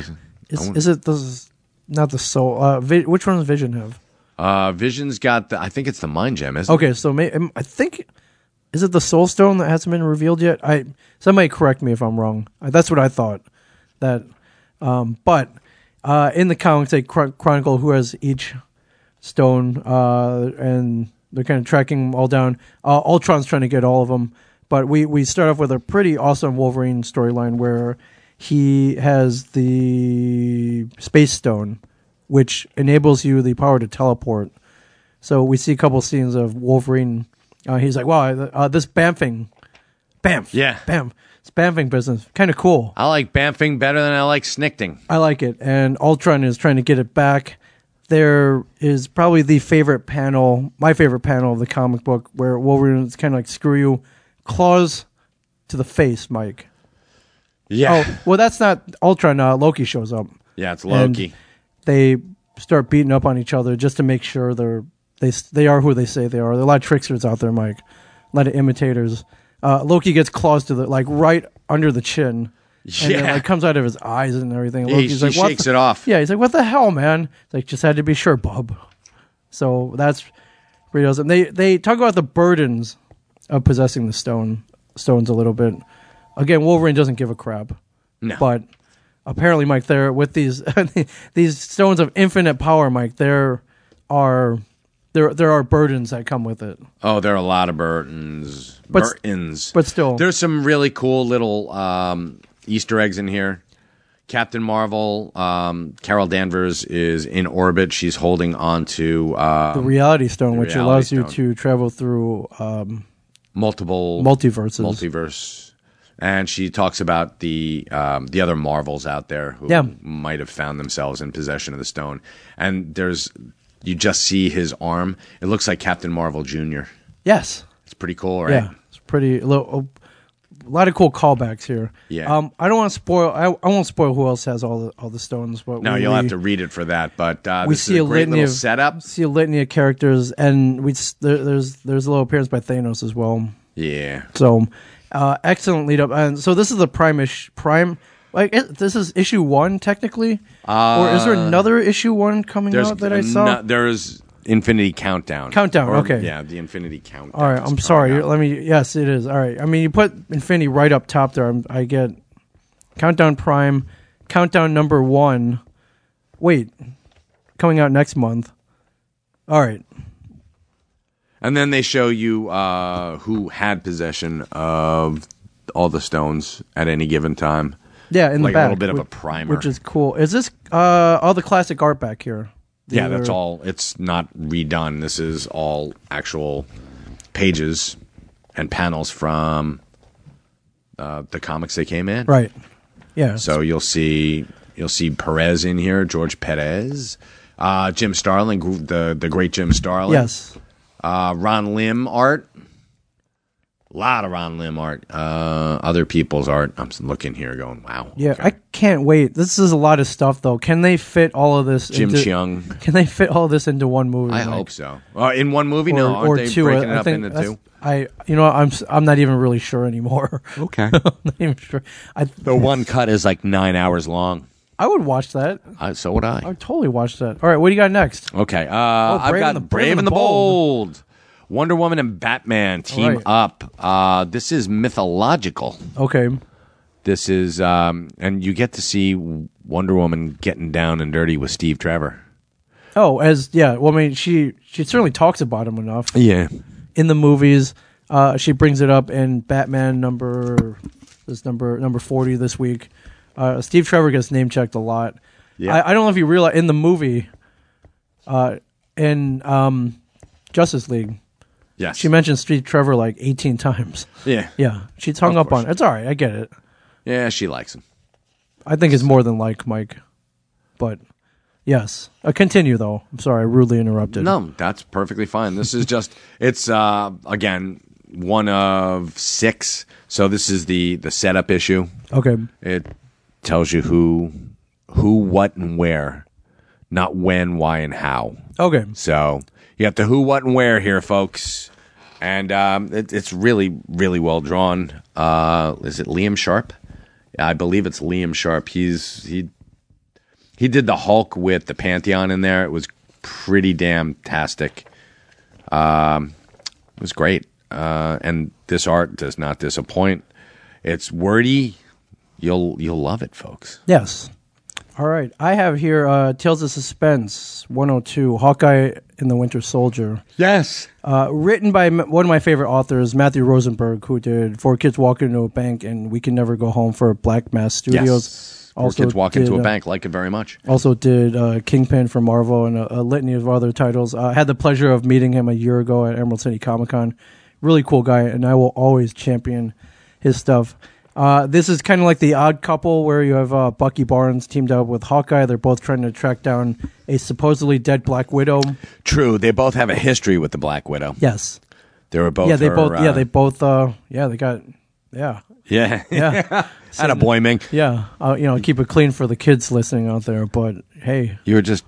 Is,
is, is it the not the soul? Uh, vi- which one does Vision have?
uh, Vision's got the. I think it's the Mind Gem, isn't
Okay, so may, um, I think is it the Soul Stone that hasn't been revealed yet? I somebody correct me if I'm wrong. Uh, That's what I thought. That, um, but uh, in the comics they chron- chronicle who has each stone, uh, and they're kind of tracking them all down. Uh, Ultron's trying to get all of them, but we we start off with a pretty awesome Wolverine storyline where he has the Space Stone, which enables you the power to teleport. So we see a couple scenes of Wolverine. Uh, he's like, "Wow, uh, this bamfing, bamf,
Yeah.
bamf, it's bamfing business, kind of cool.
I like Bamfing better than I like Snickting.
I like it." And Ultron is trying to get it back. There is probably the favorite panel, my favorite panel of the comic book, where Wolverine is kind of like, "Screw you," claws to the face, Mike.
Yeah,
Oh, well, that's not Ultron. Uh, Loki shows up.
yeah, it's
And
Loki.
they start beating up on each other just to make sure they're they they are who they say they are. There are a lot of tricksters out there, Mike. A lot of imitators. Uh, Loki gets claws to the like right under the chin. And it
Yeah.
like comes out of his eyes and everything.
He-
Loki's
he
like, what
shakes
the-
it off.
Yeah, he's like, "What the hell, man?" It's like, just had to be sure, bub. So that's pretty awesome. They they talk about the burdens of possessing the stone stones a little bit. Again, Wolverine doesn't give a crap.
No.
But apparently, Mike, there with these these stones of infinite power, Mike, there are there there are burdens that come with it.
Oh, there are a lot of Burtons.
But-
Burtons.
but still.
There's some really cool little um, Easter eggs in here. Captain Marvel, um, Carol Danvers is in orbit. She's holding on to
The
uh,
reality stone, which
reality
allows you
stone.
to travel through um,
multiple
multiverses.
multiverse. And she talks about the um, the other Marvels out there who
Yeah.
might have found themselves in possession of the stone. And there's you just see his arm. It looks like Captain Marvel Jr.
yes.
It's pretty cool, right?
Yeah, it's pretty. A, little, a lot of cool callbacks here.
Yeah.
Um, I don't want to spoil. I, I won't spoil who else has all the all the stones, but
No,
we,
you'll have to read it for that. But uh,
We
this
see
is
a
a great
litany
little
of
setup.
see a litany of characters, and we s- there, there's there's a little appearance by Thanos as well.
Yeah,
So, uh, excellent lead up. And so this is the primish prime. Like it, this is issue one technically, or is there another issue one coming
Uh, there's
out that I saw?
no- there's Infinity Countdown.
Countdown,
Or-
okay.
Yeah, the Infinity Countdown.
All right,
is
I'm
coming
sorry.
out.
Let me. Yes, it is. All right. I mean, you put Infinity right up top there. I'm, I get Countdown Prime, Countdown Number One. Wait, coming out next month. All right.
And then they show you uh, who had possession of all the stones at any given time.
Yeah, in
Like
the
a
back,
little bit of
whi-
a primer.
which is cool. Is this uh, all the classic art back here? The
yeah, that's
other-
all. It's not redone. This is all actual pages and panels from uh, the comics they came in.
Right. Yeah.
So you'll see you'll see Perez in here, George Perez, uh, Jim Starlin, gr- the the great Jim Starlin.
yes.
Uh, Ron Lim art. A lot of Ron Lim art. Uh, other people's art. I'm s- looking here, going, wow.
Yeah,
okay.
I can't wait. This is a lot of stuff, though. Can they fit all of this?
Jim
into,
Cheung.
Can they fit all this into one movie?
I
Mike?
hope so. Uh, in one movie, no, aren't they breaking it up into
that's-
two?
I, you know, I'm s- I'm not even really sure anymore.
Okay.
I'm not even sure. I
the one cut is like nine hours long.
I would watch that.
Uh, so would
I
I.
would totally watch that. All right, what do you got next?
Okay. Uh,
Oh, Brave
I've got
and the-
Brave, and the Bold. Wonder Woman and Batman team
Right.
up. Uh, this is mythological.
Okay,
This is, um, and you get to see Wonder Woman getting down and dirty with Steve Trevor.
Oh, as yeah, well, I mean, she she certainly talks about him enough
Yeah.
in the movies. Uh, she brings it up in Batman number this number number forty this week. Uh, Steve Trevor gets name checked a lot.
Yeah.
I, I don't know if you realize in the movie, uh, in um, Justice League,
Yes.
she mentioned Steve Trevor like eighteen times.
yeah. yeah.
Yeah, she's hung up on it. It's all right. I get it.
she likes him.
I think it's more than like Mike, but Yes. Uh, continue though. I'm sorry, I rudely interrupted.
No, that's perfectly fine. This is just it's uh again one of six. So this is the the setup issue.
Okay.
It tells you who who what and where, not when, why and how.
Okay.
So you have the who what and where here folks. And um, it, it's really, really well drawn. Uh, is it Liam Sharp? I believe it's Liam Sharp. He's he he did the Hulk with the Pantheon in there. It was pretty damn tastic. Um, it was great, uh, and this art does not disappoint. It's wordy. You'll you'll love it, folks.
Yes. All right. I have here uh, Tales of Suspense 102, Hawkeye and the Winter Soldier.
Yes,
Uh, written by m- one of my favorite authors, Matthew Rosenberg, who did Four Kids Walk Into a Bank and We Can Never Go Home for Black Mass
yes.
Studios.
Four kids walk into
did,
a
uh,
bank like it very much.
also did uh, Kingpin for Marvel and a, a litany of other titles. Uh, I had the pleasure of meeting him a year ago at Emerald City Comic Con. Really cool guy, and I will always champion his stuff. Uh, this is kind of like the odd couple where you have uh, Bucky Barnes teamed up with Hawkeye. They're both trying to track down a supposedly dead Black Widow.
True, they both have a history with the Black Widow.
Yes.
They were both.
yeah, they
her,
both.
uh,
yeah, they both. Uh, yeah, they got. Yeah,
Yeah,
yeah,
Had a boy, Ming.
yeah. Uh, you know, keep it clean for the kids listening out there. But hey,
You were just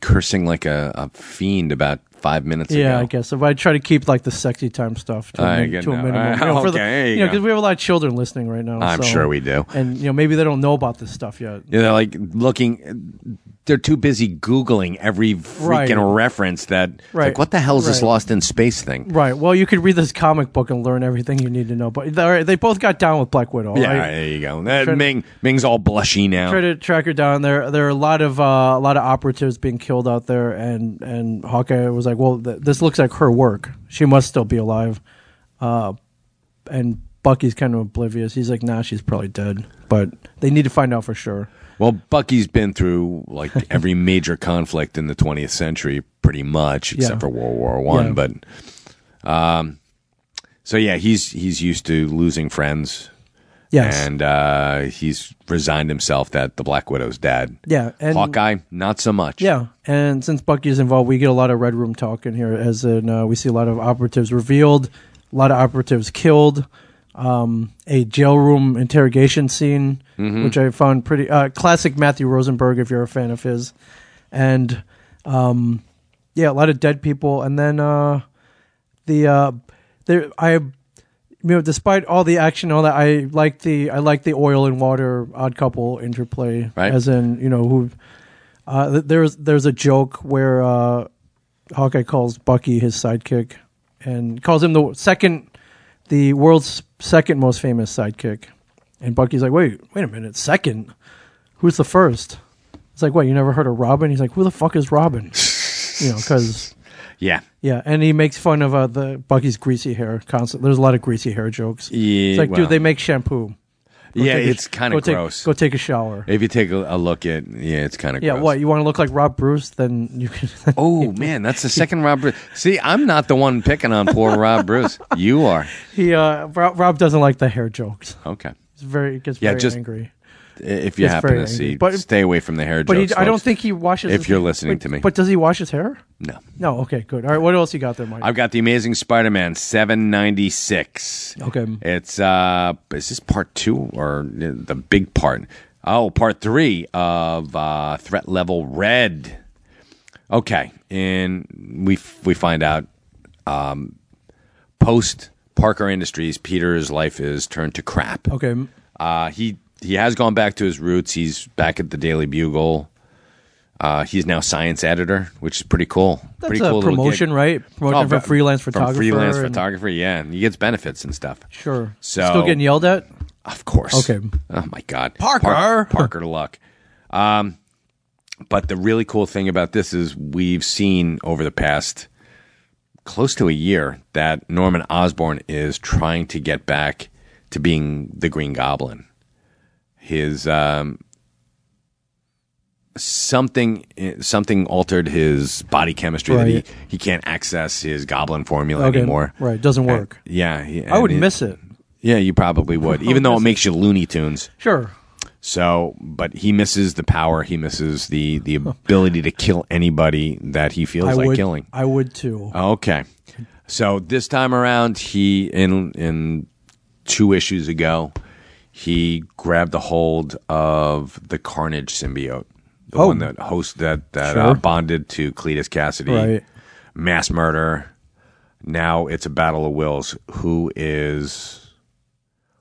cursing like a, a fiend about five minutes ago.
Yeah, I guess if I try to keep like the sexy time stuff to,
I
a, min-
get
to a
now.
minimum,
Uh,
for the-
okay, there you
you know,
go.
because we have a lot of children listening right now.
I'm
so-
sure we do.
and you know maybe they don't know about this stuff yet.
You know, like looking, they're too busy Googling every freaking
Right.
reference that,
Right.
like, what the hell's this
Right.
Lost in Space thing?
Right. Well, you could read this comic book and learn everything you need to know. But they they both got down with Black Widow.
Yeah,
I-
there you go. Uh,
Trying-
Ming, Ming's all blushy now.
Try to track her down. There, there are a lot of uh, a lot of operatives being killed out there, and and Hawkeye was like, "Well, th- this looks like her work. She must still be alive." Uh, and Bucky's kind of oblivious. He's like, "Nah, she's probably dead." But they need to find out for sure.
well, Bucky's been through like every major conflict in the 20th century, pretty much, except
Yeah.
for World War One.
Yeah.
But, um, so yeah, he's he's used to losing friends,
Yes.
and uh, he's resigned himself that the Black Widow's dead.
Yeah, and
Hawkeye, not so much.
Yeah, and since Bucky is involved, we get a lot of red room talk in here. As in, uh, we see a lot of operatives revealed, a lot of operatives killed, um, a jail room interrogation scene,
Mm-hmm.
which I found pretty uh, classic Matthew Rosenberg. If you're a fan of his, and um, yeah, a lot of dead people, and then uh, the uh, there I you know, despite all the action, and all that, I like the I like the oil and water odd couple interplay.
Right.
As in, you know, who uh, th- there's there's a joke where uh, Hawkeye calls Bucky his sidekick and calls him the second the world's second most famous sidekick, and Bucky's like, wait, wait a minute, second? Who's the first? It's like, what? You never heard of Robin? He's like, who the fuck is Robin? you know, because
yeah.
yeah, and he makes fun of uh, the Bucky's greasy hair constant. There's a lot of greasy hair jokes.
Yeah,
it's like,
well.
dude, they make shampoo. Go
yeah,
take a
it's
sh-
kind
go
of
take-
gross.
Go take a shower.
if you take a, a look at, yeah, it's kind of
yeah,
gross.
what you want to look like Rob Bruce? Then you can.
Oh man, that's the second Rob Bruce. See, I'm not the one picking on poor Rob Bruce. You are.
he uh, Rob, Rob doesn't like the hair jokes.
Okay.
It's very it gets
Yeah,
very
just-
angry.
If you
It's
happen
very
to see,
angry, but-
stay away from the hair
But
jokes.
he, I don't
folks.
think he washes.
If
his
you're
hair.
listening
Wait,
to me.
but does he wash his hair?
No.
No. Okay. Good. All right. What else you got there, Mike?
I've got the Amazing Spider-Man 796.
Okay.
It's uh, is this part two or the big part? Oh, part three of uh, Threat Level Red. Okay, and we we find out um, post Parker Industries, Peter's life is turned to crap.
okay.
Uh, he he has gone back to his roots. He's back at the Daily Bugle. Uh, he's now science editor, which is pretty cool.
That's
pretty
a
cool little
promotion,
gig.
right? Promotion
Oh,
from freelance
from
photographer.
freelance
and-
photographer, yeah, and he gets benefits and stuff.
Sure.
So-
still getting yelled at.
Of course.
Okay.
Oh my God.
Parker!
Parker to luck. Um, but the really cool thing about this is we've seen over the past close to a year that Norman Osborn is trying to get back to being the Green Goblin. His um, something something altered his body chemistry that he,
Right.
he can't access his Goblin formula
Okay.
anymore. Eh,
Right. Doesn't work.
Yeah, he-
I would
and
miss it.
Yeah, you probably would, even though it makes you Looney Tunes.
Sure.
So, but he misses the power. He misses the the ability to kill anybody that he feels
I
like
would.
killing. Uh,
I would too.
Okay. So this time around, he in in two issues ago, he grabbed a hold of the Carnage symbiote, the
Oh.
one that host that that uh,
Sure.
bonded to Cletus Cassidy,
Right.
mass murder. Now it's a battle of wills. Who is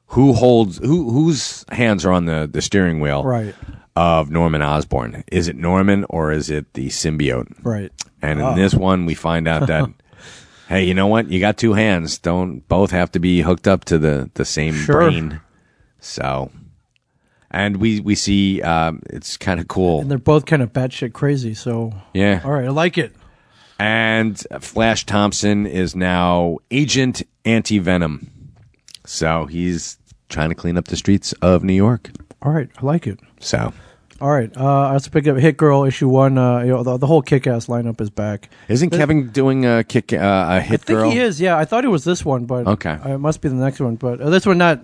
who holds who whose hands are on the the steering wheel
Right.
of Norman Osborn? Is it Norman or is it the symbiote?
Right.
And
Ah.
in this one, we find out that, hey, you know what? You got two hands. Don't both have to be hooked up to the, the same
Sure.
brain. So, and we, we see, um, it's kind of
And
cool.
they're both kind of batshit crazy. So
Yeah.
All right, I like it.
And Flash Thompson is now Agent Anti Venom. So he's trying to clean up the streets of New York.
All right, I like it.
So,
All right, uh, I also pick up Hit Girl issue one. Uh, you know, the, the whole Kick Ass lineup is back.
isn't Kevin doing a kick, uh, a hit
I think
girl?
he is. Yeah, I thought it was this one, but
Okay.
uh, it must be the next one. But uh, this one not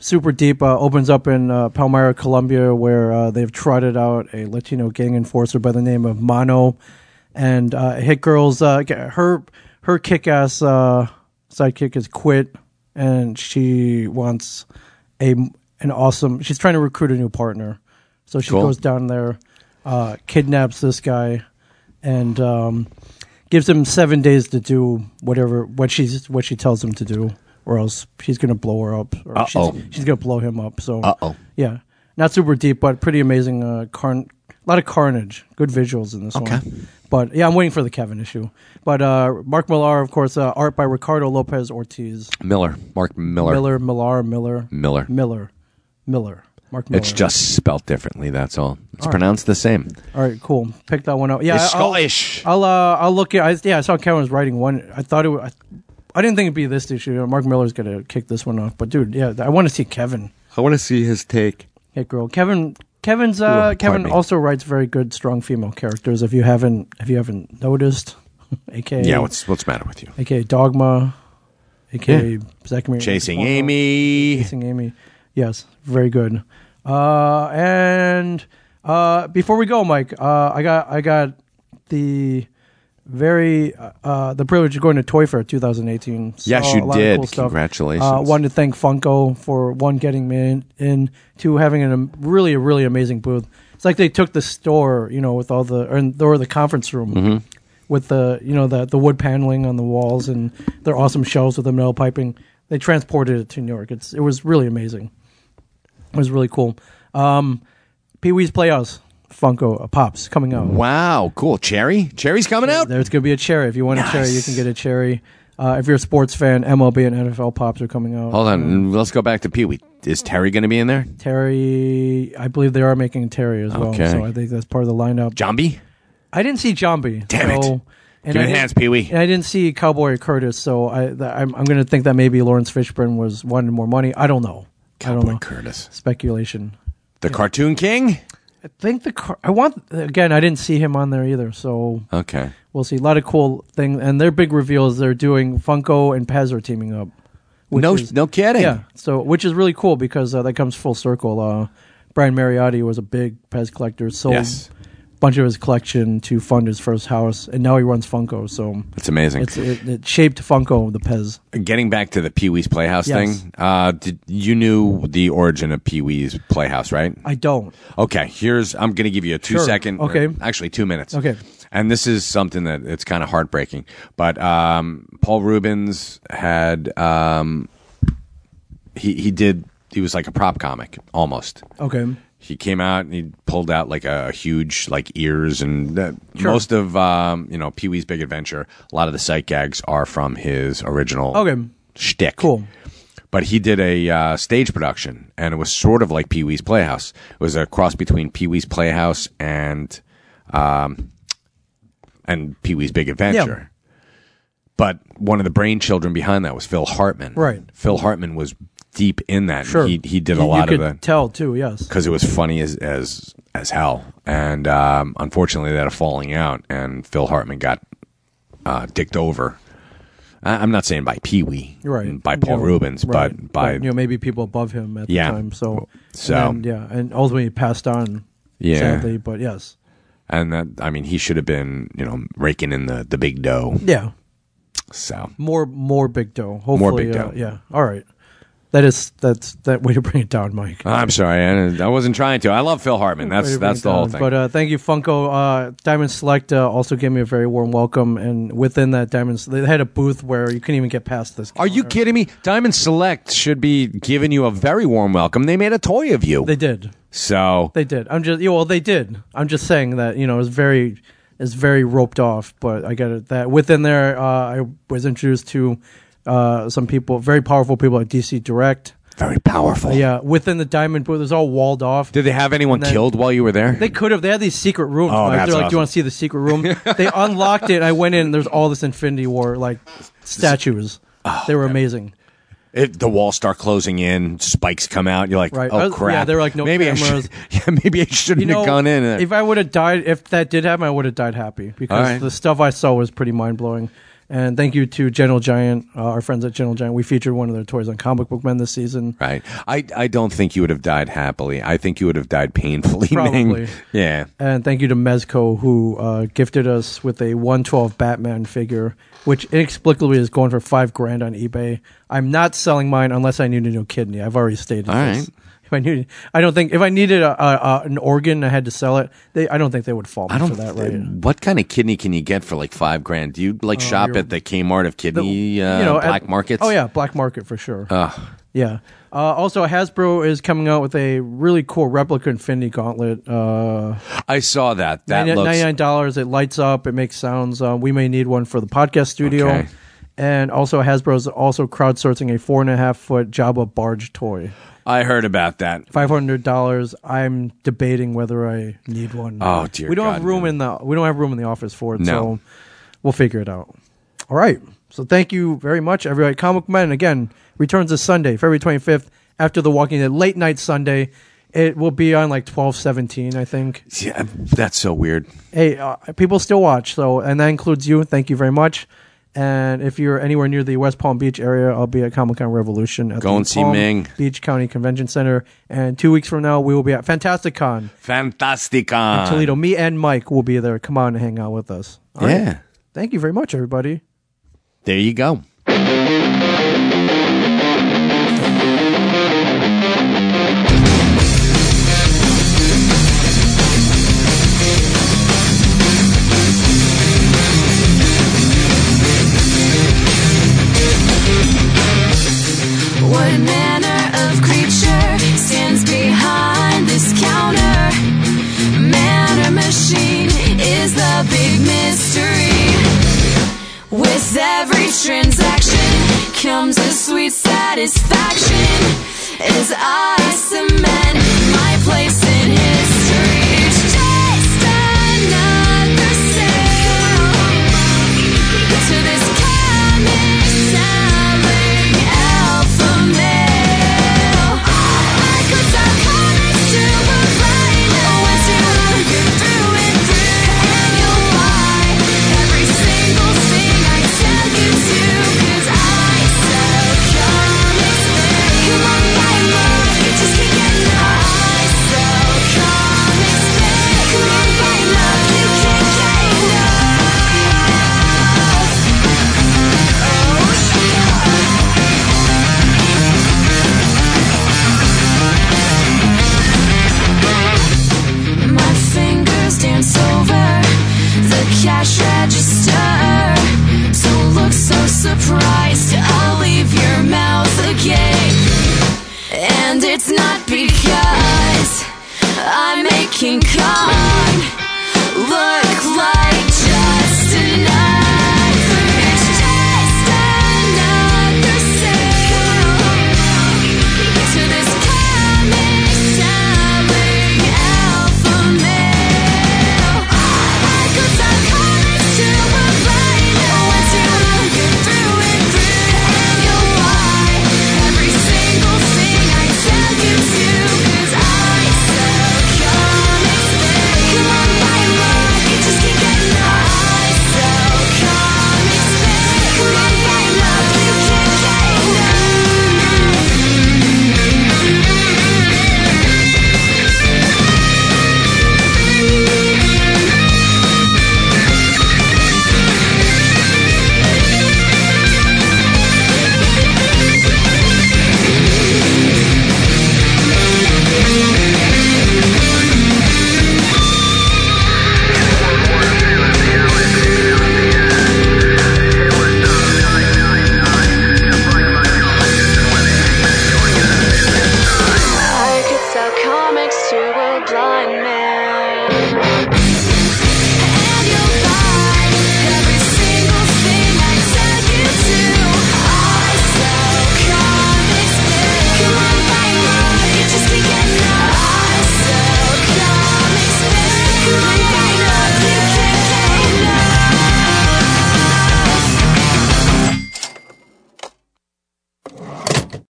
super deep. Uh, opens up in uh, Palmyra, Colombia, where uh, they've trotted out a Latino gang enforcer by the name of Mono, and uh, Hit Girl's uh, g- her her kick ass uh, sidekick is quit, and she wants a an awesome. She's trying to recruit a new partner, so she
Cool.
goes down there, uh, kidnaps this guy, and. Um, gives him seven days to do whatever what she's what she tells him to do, or else she's gonna blow her up. Or she's,
Uh-oh.
she's gonna blow him up. So
Uh-oh.
yeah, not super deep, but pretty amazing. Uh, carn, a lot of carnage, good visuals in this one. But yeah, I'm waiting for the Kevin issue. But uh, Mark Millar, of course, uh, art by Ricardo Lopez Ortiz,
Miller. Mark Miller.
Miller, Millar, Miller,
Miller.
Miller, Miller. Mark Miller.
It's just spelt differently. That's all. It's pronounced the same.
all right. Cool. Pick that one up. Yeah,
It's
I'll-
Scottish.
I'll uh, I'll look at. I, yeah, I saw Kevin was writing one. I thought it. wa- I, I didn't think it'd be this issue. Mark Miller's gonna kick this one off. But dude, yeah, I want to see Kevin
I want to see his take.
hit girl. Kevin. Kevin's uh,
Ooh, pardon
Kevin
me.
also writes very good, strong female characters. If you haven't, if you haven't noticed, aka
Yeah, what's what's the matter with you?
aka Dogma, aka Zachary
Chasing Amy.
Chasing Amy. Yes, very good. Uh, and uh, before we go, Mike, uh, I got I got the very uh, the privilege of going to Toy Fair 2018. Saw
Yes, you
a lot of
did.
cool stuff.
Congratulations.
Uh, wanted to thank Funko for one getting me in, in two having a really really amazing booth. It's like they took the store, you know, with all the or, or the conference room
Mm-hmm.
with the you know the the wood paneling on the walls and their awesome shelves with the metal piping. They transported it to New York. It's it was really amazing. It was really cool. Um, Pee Wee's Playhouse Funko uh, Pops coming out.
Wow, cool. Cherry? Cherry's coming out?
There's going to be a cherry. If you want a cherry, you can get a cherry. Uh, if you're a sports fan, MLB and NFL Pops are coming out.
Hold on. Let's go back to Pee Wee. Is Terry going to be in there?
Terry, I believe they are making Terry as well.
Okay.
So I think that's part of the lineup.
Zombie?
I didn't see Jambi.
Damn
so,
it.
And I
Give me the
didn't-
hands, Pee Wee.
And I didn't see Cowboy Curtis, so I, th- I'm, I'm going to think that maybe Lawrence Fishburne was wanting more money. I don't know. I don't
Cowboy
know.
Curtis.
Speculation.
The Cartoon King?
I think the car. I want again. I didn't see him on there either, so
Okay.
we'll see. A lot of cool things, and their big reveals. They're doing Funko and Pez are teaming up. which
No
is-
no kidding.
Yeah, so which is really cool because uh, that comes full circle. Uh, Brian Mariotti was a big Pez collector, sold
Yes.
a bunch of his collection to fund his first house, and now he runs Funko. So
That's amazing.
it's it, it shaped Funko the Pez.
Getting back to the Pee Wee's Playhouse
Yes.
thing, uh, did, you knew the origin of Pee Wee's Playhouse, right?
I don't.
Okay, here's I'm going to give you a two
Sure.
second,
Okay.
or actually two minutes.
Okay.
and this is something that it's kind of heartbreaking, but um, Paul Rubens had um, he he did he was like a prop comic almost.
Okay.
He came out and he pulled out like a huge like ears and that, most of um, you know Pee Wee's Big Adventure. A lot of the sight gags are from his original
Okay.
shtick
Cool.
but he did a uh, stage production, and it was sort of like Pee Wee's Playhouse. It was a cross between Pee Wee's Playhouse and um, and Pee Wee's Big Adventure. But one of the brain children behind that was Phil Hartman.
Right.
Phil Hartman was deep in that.
Sure.
He he did a
You- you
lot of
could
the
tell too. Yes.
because it was funny as as as hell. And um, unfortunately, they had a falling out, and Phil Hartman got uh, dicked over I, I'm not saying by Pee Wee,
right
By
You
Paul
know,
Rubens,
right.
but by
you know maybe people above him at
Yeah.
the time. So
So-
and then, yeah, and ultimately he passed on.
Yeah.
sadly, but yes,
and that I mean he should have been you know raking in the the big dough.
yeah,
So
more more big dough. Hopefully,
big
uh,
dough.
yeah, all right. That is that's that way to bring it down, Mike.
I'm sorry, I, I wasn't trying to. I love Phil Hartman.
Way
That's
to bring
that's
it
the whole
down.
thing.
But uh, thank you, Funko. Uh, Diamond Select uh, also gave me a very warm welcome, and within that, Diamonds they had a booth where you couldn't even get past this.
Are you kidding me? Diamond Select should be giving you a very warm welcome. They made a toy of you.
They did.
so
They did. I'm just yeah, well, they did. I'm just saying that you know it's very it's very roped off, but I get it. That within there, uh, I was introduced to uh, some people, very powerful people at DC Direct.
very powerful.
Yeah, within the Diamond booth, it's all walled off.
Did they have anyone
then-
killed while you were there?
They could have. They had these secret rooms.
Oh,
Mike.
that's
They're like, do
awesome.
you want to see the secret room? they unlocked it. And I went in. and There's all this Infinity War like statues.
Oh,
they were amazing.
If the walls start closing in, spikes come out. You're like,
Right. Uh,
oh
yeah,
crap.
they were like, no
maybe I
cameras.
should, yeah, maybe I shouldn't
You know,
have gone in.
if I would have died, if that did happen, I would have died happy because
All right.
the stuff I saw was pretty mind blowing. And thank you to General Giant, uh, our friends at General Giant. We featured one of their toys on Comic Book Men this season.
right. I I don't think you would have died happily. I think you would have died painfully. Ming.
Probably.
Yeah.
And thank you to Mezco, who uh, gifted us with a 112 Batman figure, which inexplicably is going for five grand on eBay. I'm not selling mine unless I need a new kidney. I've already stated
All
this.
right.
If I needed, I don't think if I needed a, a, a, an organ, I had to sell it. They, I don't think they would fault me
I don't.
for that, right? Oh,
What kind of kidney can you get for like five grand? Do you like shop
Up
at
at the Kmart of kidney uh, you
know, at-
black markets.
Oh yeah, black market for sure. Yeah. Uh, also, Hasbro is coming out with a really cool replica Infinity Gauntlet. Uh,
I saw that. That
Ninety-
looks
ninety-nine dollars. It lights up. It makes sounds. Uh, we may need one for the podcast studio.
Okay.
And also, Hasbro's also crowdsourcing a four and a half foot Jabba barge toy.
I heard about that.
Five hundred dollars. I'm debating whether I need one.
Oh, dear
We don't
God,
have room
man.
in the we don't have room in the office for it.
No.
So we'll figure it out. All right. So thank you very much, everybody. Comic Men again returns this Sunday, February 25th, after the Walking Dead late night Sunday. It will be on like twelve seventeen, I think
Yeah, that's so weird.
hey, uh, people still watch, so and that includes you. Thank you very much. And if you're anywhere near the West Palm Beach area, I'll be at Comic Con Revolution at
Go
the
and see
Palm
Ming.
Beach County Convention Center. And two weeks from now, we will be at Fantastic Con
Fantastica.
Toledo. Me and Mike will be there. Come on and hang out with us. All right.
Yeah.
Thank you very much, everybody.
There you go.
What manner of creature stands behind this counter? Man or machine is the big mystery. With every transaction comes a sweet satisfaction as I cement my place in history. It's just another sale to this comic selling alpha male. Like what some comics do, but mine always do. Through and through, and you'll buy every single thing I tell you to, 'cause I sell comics. Come on, buy more, you just can't get enough. I sell comics. Come on, buy more, you can't get enough. My fingers dance over the cash register. Don't look so surprised, I'll leave your mouth agape. And it's not because I'm making calls. Oh,